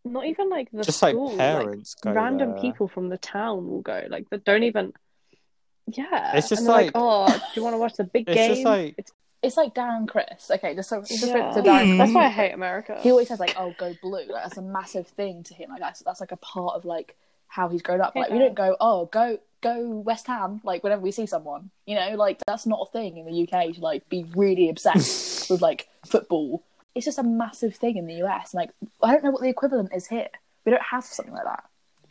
[SPEAKER 4] not even like the
[SPEAKER 1] Just like
[SPEAKER 4] school.
[SPEAKER 1] parents go
[SPEAKER 4] random
[SPEAKER 1] there.
[SPEAKER 4] people from the town will go. Like, they don't even. Yeah,
[SPEAKER 1] It's just
[SPEAKER 4] and they're
[SPEAKER 1] like-
[SPEAKER 4] oh, do you want to watch the
[SPEAKER 1] [laughs]
[SPEAKER 4] big
[SPEAKER 1] It's
[SPEAKER 4] game?
[SPEAKER 1] just like-
[SPEAKER 4] It's-
[SPEAKER 2] It's like Darren Chris. Okay, just so just
[SPEAKER 4] Yeah.
[SPEAKER 2] to Darren Chris.
[SPEAKER 4] that's why I hate America.
[SPEAKER 2] He always says like, "Oh, go blue." Like that's a massive thing to him. Like that's that's like a part of like how he's grown up. Like we
[SPEAKER 4] Yeah.
[SPEAKER 2] don't go, "Oh, go go West Ham." Like whenever we see someone, you know, like that's not a thing in the UK to like be really
[SPEAKER 4] [laughs]
[SPEAKER 2] obsessed with like football. It's just a massive thing in the US. And, like I don't know what the equivalent is here. We don't have something like that.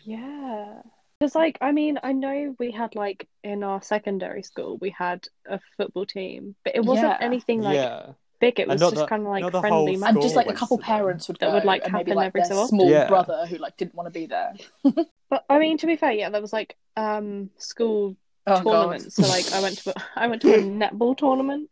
[SPEAKER 4] Yeah. Because, like, I mean, I know we had, like, in our secondary school, we had a football team, but it wasn't
[SPEAKER 2] Yeah.
[SPEAKER 4] anything, like,
[SPEAKER 1] yeah.
[SPEAKER 4] big. It
[SPEAKER 1] And
[SPEAKER 4] was
[SPEAKER 1] not
[SPEAKER 4] just
[SPEAKER 1] the-
[SPEAKER 4] kind of, like,
[SPEAKER 1] not the whole
[SPEAKER 4] friendly
[SPEAKER 1] school.
[SPEAKER 2] And
[SPEAKER 4] matches.
[SPEAKER 2] just like a
[SPEAKER 1] always
[SPEAKER 2] couple
[SPEAKER 1] to them.
[SPEAKER 2] parents would
[SPEAKER 4] That
[SPEAKER 2] go,
[SPEAKER 4] would, like,
[SPEAKER 2] and maybe
[SPEAKER 4] happen
[SPEAKER 2] like
[SPEAKER 4] every
[SPEAKER 2] their
[SPEAKER 4] so often.
[SPEAKER 2] small
[SPEAKER 1] Yeah.
[SPEAKER 2] brother who like didn't want to be there. [laughs]
[SPEAKER 4] But, I mean, to be fair, yeah, there was, like, um, school
[SPEAKER 2] Oh,
[SPEAKER 4] tournaments. So, like, I went to, I went to
[SPEAKER 1] [laughs]
[SPEAKER 4] a [laughs] netball tournament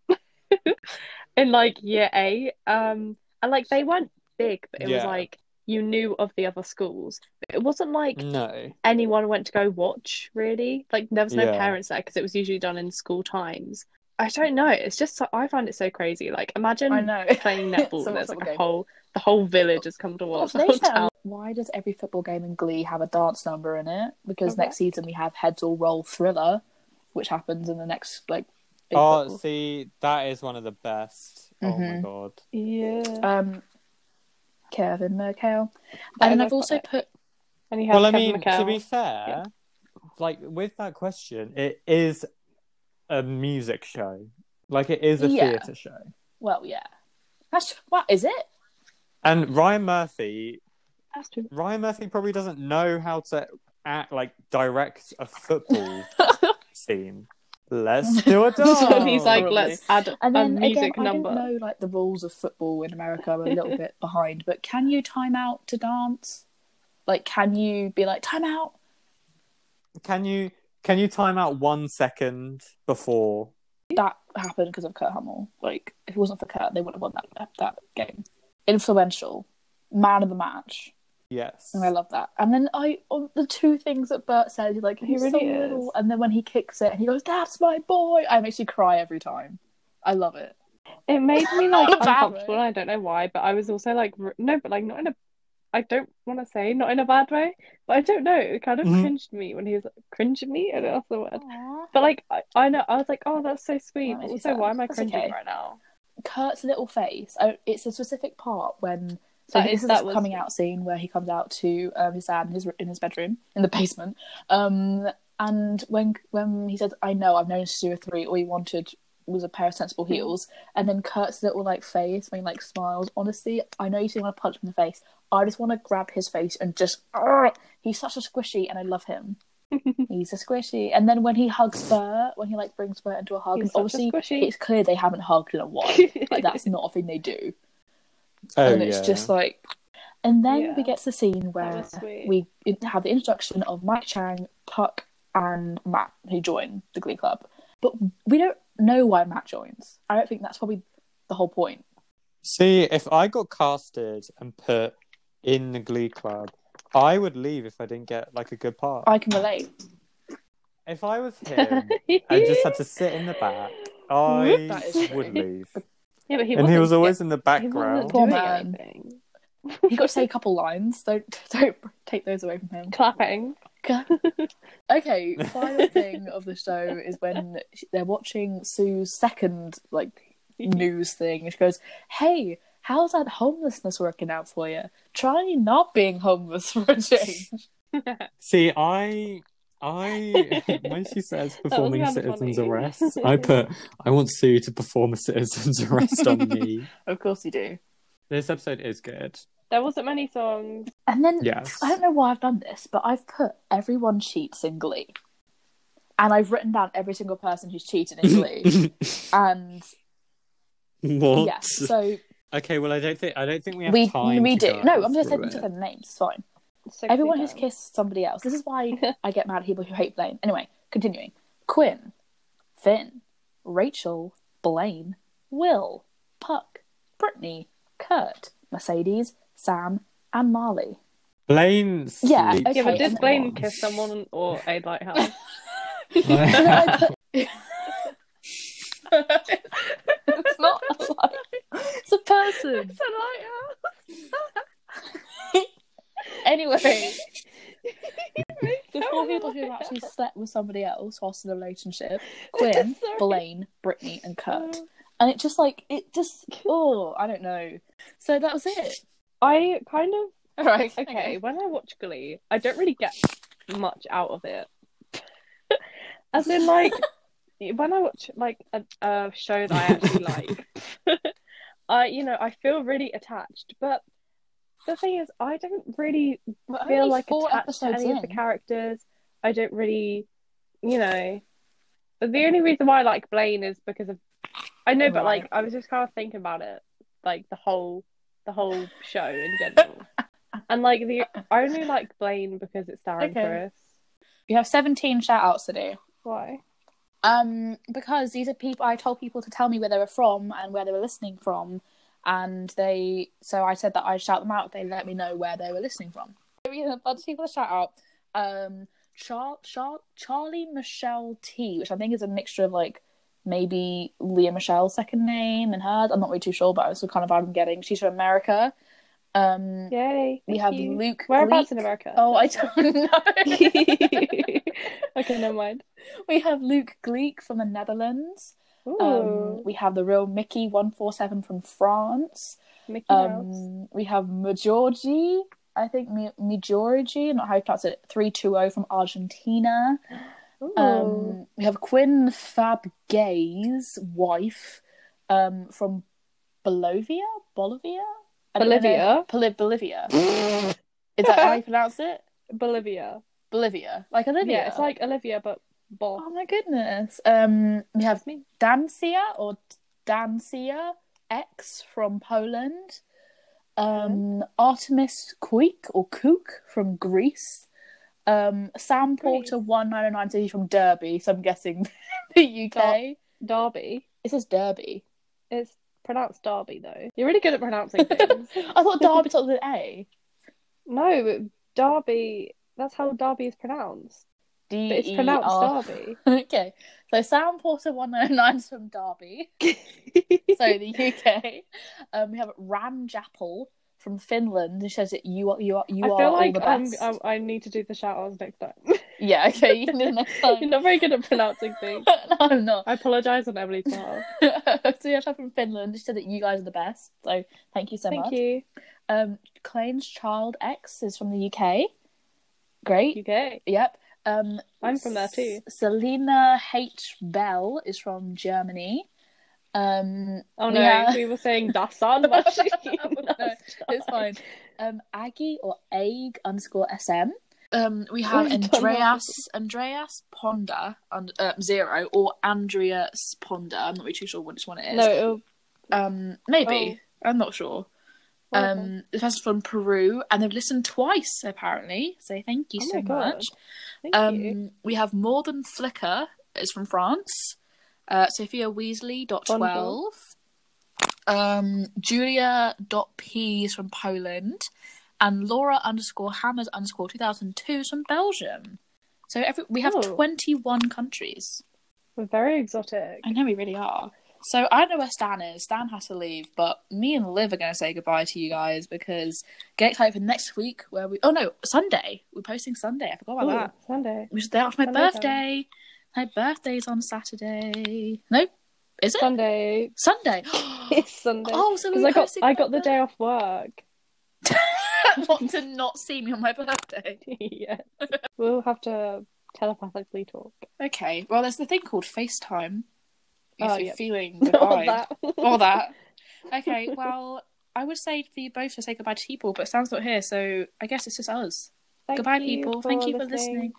[SPEAKER 4] [laughs] in, like, year eight. Um, and, like, they weren't big, but it was,
[SPEAKER 1] Yeah.
[SPEAKER 4] like, you knew of the other schools. But it wasn't, like,
[SPEAKER 1] No.
[SPEAKER 4] anyone went to go watch really like there was no
[SPEAKER 1] Yeah.
[SPEAKER 4] parents there because it was usually done in school times i don't know it's just so, i find it so crazy like imagine
[SPEAKER 2] I know.
[SPEAKER 4] [laughs] playing netball
[SPEAKER 2] So
[SPEAKER 4] and
[SPEAKER 2] what's
[SPEAKER 4] there's
[SPEAKER 2] up
[SPEAKER 4] like
[SPEAKER 2] with
[SPEAKER 4] a whole the whole village has come to
[SPEAKER 2] Well,
[SPEAKER 4] watch [laughs] the
[SPEAKER 2] they
[SPEAKER 4] whole
[SPEAKER 2] said,
[SPEAKER 4] town.
[SPEAKER 2] why does every football game in Glee have a dance number in it? Because next season we have Heads All Roll Thriller, which happens in the next like. big
[SPEAKER 1] Oh,
[SPEAKER 2] football-
[SPEAKER 1] see, that is one of the best. Oh my
[SPEAKER 2] Mhm.
[SPEAKER 4] Mm-hmm.
[SPEAKER 1] god.
[SPEAKER 4] yeah
[SPEAKER 2] um, Kevin McHale,
[SPEAKER 4] That
[SPEAKER 2] and
[SPEAKER 4] is
[SPEAKER 2] I've also
[SPEAKER 4] iconic.
[SPEAKER 2] put
[SPEAKER 4] and you have
[SPEAKER 1] Well, I
[SPEAKER 4] Kevin
[SPEAKER 1] mean, to
[SPEAKER 4] McHale.
[SPEAKER 1] be fair,
[SPEAKER 4] Yeah.
[SPEAKER 1] like with that question, it is a music show. Like it is a
[SPEAKER 2] Yeah.
[SPEAKER 1] theatre show.
[SPEAKER 2] well, yeah, that's what is it?
[SPEAKER 1] And Ryan Murphy,
[SPEAKER 4] That's [laughs] true.
[SPEAKER 1] Ryan Murphy probably doesn't know how to act like direct a football scene. Let's do a dance.
[SPEAKER 4] so he's like
[SPEAKER 2] Probably.
[SPEAKER 4] let's add
[SPEAKER 2] And
[SPEAKER 4] a
[SPEAKER 2] then again,
[SPEAKER 4] music
[SPEAKER 2] I didn't
[SPEAKER 4] [laughs] number
[SPEAKER 2] know like the rules of football in America. I'm a
[SPEAKER 4] [laughs]
[SPEAKER 2] little bit behind, but can you time out to dance? Like, can you be like time out?
[SPEAKER 1] Can you can you time out one second before?
[SPEAKER 2] that happened because of Kurt Hamill. Like, if it wasn't for Kurt, they wouldn't have won that that game. Influential, man of the match,
[SPEAKER 1] Yes.
[SPEAKER 2] and I love that. And then I, oh, the two things that Bert says, he's like,
[SPEAKER 4] He
[SPEAKER 2] he's so
[SPEAKER 4] really is.
[SPEAKER 2] little, and then when he kicks it, and he goes, "That's my boy," I makes you cry every time. I love it.
[SPEAKER 4] it made me like
[SPEAKER 2] Bad
[SPEAKER 4] uncomfortable
[SPEAKER 2] way.
[SPEAKER 4] and i don't know why but i was also like r- no but like not in a i don't want to say not in a bad way but i don't know it kind of
[SPEAKER 1] Mhm.
[SPEAKER 4] cringed me when he was cringed me i don't know if that's the word But like I, I know I was like, oh, that's so sweet.
[SPEAKER 2] That
[SPEAKER 4] But
[SPEAKER 2] makes me
[SPEAKER 4] also,
[SPEAKER 2] sad.
[SPEAKER 4] why am I
[SPEAKER 2] That's
[SPEAKER 4] cringing
[SPEAKER 2] okay.
[SPEAKER 4] right now?
[SPEAKER 2] Kurt's little face. I, it's a specific part when. So
[SPEAKER 4] That
[SPEAKER 2] this
[SPEAKER 4] is-
[SPEAKER 2] is
[SPEAKER 4] that
[SPEAKER 2] his
[SPEAKER 4] was-
[SPEAKER 2] coming
[SPEAKER 4] [laughs]
[SPEAKER 2] out scene where he comes out to um, his dad in his in his bedroom in the basement. Um, and when when he says, "I know I've known Stuart three. All he wanted was a pair of sensible
[SPEAKER 4] Hmm.
[SPEAKER 2] heels." And then Kurt's little like face when he like smiles. Honestly, I know you didn't want to punch him in the face. I just want to grab his face and just. "Argh!" He's such a squishy, and I love
[SPEAKER 4] [laughs]
[SPEAKER 2] him. He's a squishy. And then when he hugs Bert, when he like brings Bert into a hug,
[SPEAKER 4] He's
[SPEAKER 2] and
[SPEAKER 4] such a
[SPEAKER 2] obviously
[SPEAKER 4] squishy.
[SPEAKER 2] it's clear they haven't hugged in a while. like
[SPEAKER 4] [laughs]
[SPEAKER 2] that's not a thing they do
[SPEAKER 1] Oh,
[SPEAKER 2] and it's just like and then
[SPEAKER 4] Yeah.
[SPEAKER 2] we get to the scene where
[SPEAKER 4] was sweet.
[SPEAKER 2] we have the introduction of mike chang puck and matt who join the glee club but we don't know why matt joins i don't think that's probably the whole point
[SPEAKER 1] See, if I got casted and put in the Glee Club, I would leave if I didn't get like a good part.
[SPEAKER 2] i can relate
[SPEAKER 1] If I was him and just had to sit in the back, I
[SPEAKER 2] That is true.
[SPEAKER 1] would leave.
[SPEAKER 4] yeah, but he
[SPEAKER 1] and he
[SPEAKER 4] wasn't
[SPEAKER 1] was always in the
[SPEAKER 4] he wasn't
[SPEAKER 1] background.
[SPEAKER 2] Poor
[SPEAKER 4] doing
[SPEAKER 2] man.
[SPEAKER 4] anything.
[SPEAKER 2] He got to say a couple lines. Don't [laughs] don't take those away from him.
[SPEAKER 4] Clapping.
[SPEAKER 1] [laughs]
[SPEAKER 2] Okay, final thing of the show is when she- they're watching Sue's second like news thing. and She goes, "Hey, how's that homelessness working out for you? Try not being homeless [laughs] for a change."
[SPEAKER 1] See, I, I, [laughs] when she says performing
[SPEAKER 4] kind of
[SPEAKER 1] citizens
[SPEAKER 4] funny.
[SPEAKER 1] arrests, I put, I want Sue to perform a citizens [laughs] arrest on me.
[SPEAKER 2] Of course you do.
[SPEAKER 1] This episode is good.
[SPEAKER 4] There wasn't many songs.
[SPEAKER 2] And then
[SPEAKER 1] Yes.
[SPEAKER 2] I don't know why I've done this, but I've put everyone cheats in Glee, and I've written down every single person who's cheated in Glee,
[SPEAKER 1] [laughs]
[SPEAKER 2] and
[SPEAKER 1] what?
[SPEAKER 2] yeah, so
[SPEAKER 1] Okay, well, I don't think I don't think we have
[SPEAKER 2] we
[SPEAKER 1] time.
[SPEAKER 2] we
[SPEAKER 1] to
[SPEAKER 2] do.
[SPEAKER 1] go
[SPEAKER 2] No, I'm just
[SPEAKER 1] through
[SPEAKER 2] saying just
[SPEAKER 1] it.
[SPEAKER 2] saying the names. It's fine.
[SPEAKER 4] Sixty
[SPEAKER 2] Everyone who's
[SPEAKER 4] songs.
[SPEAKER 2] kissed somebody else. This is [laughs] why I get mad at people who hate Blaine. Anyway, continuing. Quinn, Finn, Rachel, Blaine, Will, Puck, Brittany, Kurt, Mercedes, Sam, and Marley.
[SPEAKER 1] Blaine.
[SPEAKER 2] Yeah,
[SPEAKER 1] sleeps
[SPEAKER 2] okay,
[SPEAKER 4] Yeah, but
[SPEAKER 1] with
[SPEAKER 4] did
[SPEAKER 2] and-
[SPEAKER 4] Blaine
[SPEAKER 1] someone.
[SPEAKER 4] kiss someone or a lighthouse?
[SPEAKER 2] And then I put- it's not a lie. [laughs] It's a person. [laughs]
[SPEAKER 4] it's a lighthouse.
[SPEAKER 2] Anyway.
[SPEAKER 4] [laughs]
[SPEAKER 2] The four people who have actually slept with somebody else whilst in a [laughs] relationship Quinn,
[SPEAKER 4] Sorry.
[SPEAKER 2] Blaine, Brittany, and Kurt. And it just like, it [laughs] just, oh, I don't know. So that was it.
[SPEAKER 4] I kind of
[SPEAKER 2] All [laughs] right.
[SPEAKER 4] okay when I watch Glee, I don't really get much out of it. [laughs] As in, like when I watch like a, a show that I actually like, [laughs] I you know I feel really attached. But the thing is, I don't really
[SPEAKER 2] But
[SPEAKER 4] feel
[SPEAKER 2] only
[SPEAKER 4] like
[SPEAKER 2] four
[SPEAKER 4] attached to
[SPEAKER 2] episodes
[SPEAKER 4] any of the
[SPEAKER 2] in.
[SPEAKER 4] characters. I don't really, you know. But the only reason why I like Blaine is because of I know, but like
[SPEAKER 2] Right.
[SPEAKER 4] I was just kind of thinking about it, like the whole the whole show in [laughs] general. and like the I only like Blaine because it's Darren
[SPEAKER 2] Okay.
[SPEAKER 4] Chris.
[SPEAKER 2] We have 17 shout outs today.
[SPEAKER 4] Why?
[SPEAKER 2] Um, because these are people I told people to tell me where they were from and where they were listening from, and they so I said that I'd shout them out if they let me know where they were listening from. We have a bunch of people to shout out. Um, Char- Char- Charlie Michelle T, which I think is a mixture of like maybe Leah Michelle's second name and hers. I'm not really too sure, but I was kind of I'm getting she's from America. Um,
[SPEAKER 4] Yay!
[SPEAKER 2] we
[SPEAKER 4] thank
[SPEAKER 2] have
[SPEAKER 4] you.
[SPEAKER 2] Luke.
[SPEAKER 4] Whereabouts in
[SPEAKER 2] Gleek.
[SPEAKER 4] America?
[SPEAKER 2] Oh, [laughs] I don't know.
[SPEAKER 4] [laughs] okay, never mind.
[SPEAKER 2] we have Luke Gleek from the Netherlands.
[SPEAKER 4] Ooh,
[SPEAKER 2] Um, we have the real Mickey one four seven from France.
[SPEAKER 4] Mickey Mouse.
[SPEAKER 2] Um, we have Majorgi, I think Mi- Majorgi, not how you pronounce it, three two zero from Argentina.
[SPEAKER 4] Ooh.
[SPEAKER 2] Um, we have Quinn Fab Gay's wife um, from Bolivia, Bolivia, I don't know.
[SPEAKER 4] Bolivia?
[SPEAKER 2] Poli- Bolivia. Is that
[SPEAKER 4] [laughs]
[SPEAKER 2] how you pronounce it?
[SPEAKER 4] Bolivia.
[SPEAKER 2] Bolivia, like Olivia.
[SPEAKER 4] Yeah, it's like Olivia but Bob.
[SPEAKER 2] Oh my goodness. Um, we have
[SPEAKER 4] me.
[SPEAKER 2] Dancia or Dancia X from Poland. Um, Artemis Kuik or Kook from Greece. Um, Sam Porter one nine oh nine so he's from Derby, so I'm guessing [laughs] the UK.
[SPEAKER 4] Derby.
[SPEAKER 2] It says Derby.
[SPEAKER 4] It's pronounced Derby though. You're really good
[SPEAKER 2] [laughs]
[SPEAKER 4] at pronouncing things.
[SPEAKER 2] I thought Derby started with an A.
[SPEAKER 4] no, Derby. That's how Derby is pronounced.
[SPEAKER 2] D
[SPEAKER 4] But it's
[SPEAKER 2] E
[SPEAKER 4] pronounced
[SPEAKER 2] R.
[SPEAKER 4] Derby.
[SPEAKER 2] Okay, so Sam Porter one nine oh nine is from Derby. [laughs] [laughs]
[SPEAKER 4] [laughs]
[SPEAKER 2] so the UK. Um, we have Ran Japel from Finland, who says that you are you are you
[SPEAKER 4] I
[SPEAKER 2] are
[SPEAKER 4] feel
[SPEAKER 2] all
[SPEAKER 4] like
[SPEAKER 2] the
[SPEAKER 4] um,
[SPEAKER 2] best.
[SPEAKER 4] I, I need to do the shout outs next time. [laughs]
[SPEAKER 2] Yeah, okay, you can do the next
[SPEAKER 4] You're
[SPEAKER 2] time.
[SPEAKER 4] not very good at pronouncing things.
[SPEAKER 2] [laughs] no, I'm not. [laughs]
[SPEAKER 4] I apologise on Emily's behalf.
[SPEAKER 2] so we have someone from Finland who said that you guys are the best. So thank you so
[SPEAKER 4] Thank
[SPEAKER 2] much.
[SPEAKER 4] you.
[SPEAKER 2] Um, Klein's Child X is from the UK. Great.
[SPEAKER 4] UK.
[SPEAKER 2] Yep. Um,
[SPEAKER 4] I'm from there too.
[SPEAKER 2] S- Selena H Bell is from Germany. Um,
[SPEAKER 4] Oh no,
[SPEAKER 2] Yeah.
[SPEAKER 4] we
[SPEAKER 2] [laughs]
[SPEAKER 4] were saying das [laughs] an
[SPEAKER 2] No, it's fine. Um, Aggie or Ag underscore SM. Um, we
[SPEAKER 4] Ooh,
[SPEAKER 2] have
[SPEAKER 4] Oh, don't
[SPEAKER 2] Andreas Andreas Ponda and uh, zero or Andrea Ponda. I'm not really too sure which one it is.
[SPEAKER 4] No, Oh. it'll,
[SPEAKER 2] Um, maybe I'm not sure. Um, this person's from Peru and they've listened twice apparently. So thank you
[SPEAKER 4] Oh
[SPEAKER 2] so
[SPEAKER 4] my God.
[SPEAKER 2] much.
[SPEAKER 4] thank you.
[SPEAKER 2] Um, we have more than Flickr is from France. Uh, Sophia Weasley dot twelve.
[SPEAKER 4] Bonjour.
[SPEAKER 2] Um, Julia dot P is from Poland, and Laura underscore Hammers underscore two thousand two is from Belgium. So every we have
[SPEAKER 4] Oh.
[SPEAKER 2] twenty one countries.
[SPEAKER 4] We're very exotic.
[SPEAKER 2] I know we really are. So I don't know where Stan is. Stan has to leave, but me and Liv are going to say goodbye to you guys because get excited for next week where we. Oh no, Sunday. We're posting Sunday. I forgot about
[SPEAKER 4] Ooh,
[SPEAKER 2] that.
[SPEAKER 4] Sunday.
[SPEAKER 2] Which is the day after my
[SPEAKER 4] Sunday,
[SPEAKER 2] birthday. My birthday's on Saturday. No, is it
[SPEAKER 4] Sunday. [laughs]
[SPEAKER 2] Sunday? [gasps]
[SPEAKER 4] It's Sunday.
[SPEAKER 2] oh, so
[SPEAKER 4] Because
[SPEAKER 2] we're
[SPEAKER 4] I got
[SPEAKER 2] posting
[SPEAKER 4] I
[SPEAKER 2] on
[SPEAKER 4] got the
[SPEAKER 2] my
[SPEAKER 4] day off work. [laughs]
[SPEAKER 2] [laughs] birthday. Want to not see me on my birthday? [laughs]
[SPEAKER 4] yes. We'll have to telepathically talk.
[SPEAKER 2] Okay. Well, there's the thing called FaceTime. If
[SPEAKER 4] Oh,
[SPEAKER 2] you're
[SPEAKER 4] yep.
[SPEAKER 2] feeling
[SPEAKER 4] [laughs]
[SPEAKER 2] the
[SPEAKER 4] All
[SPEAKER 2] vibe.
[SPEAKER 4] that.
[SPEAKER 2] All that. Okay, well, I would say for you both to say goodbye to people, but Sam's not here, so I guess it's just us.
[SPEAKER 4] [laughs] Thank
[SPEAKER 2] goodbye,
[SPEAKER 4] you
[SPEAKER 2] people. Thank you for listening.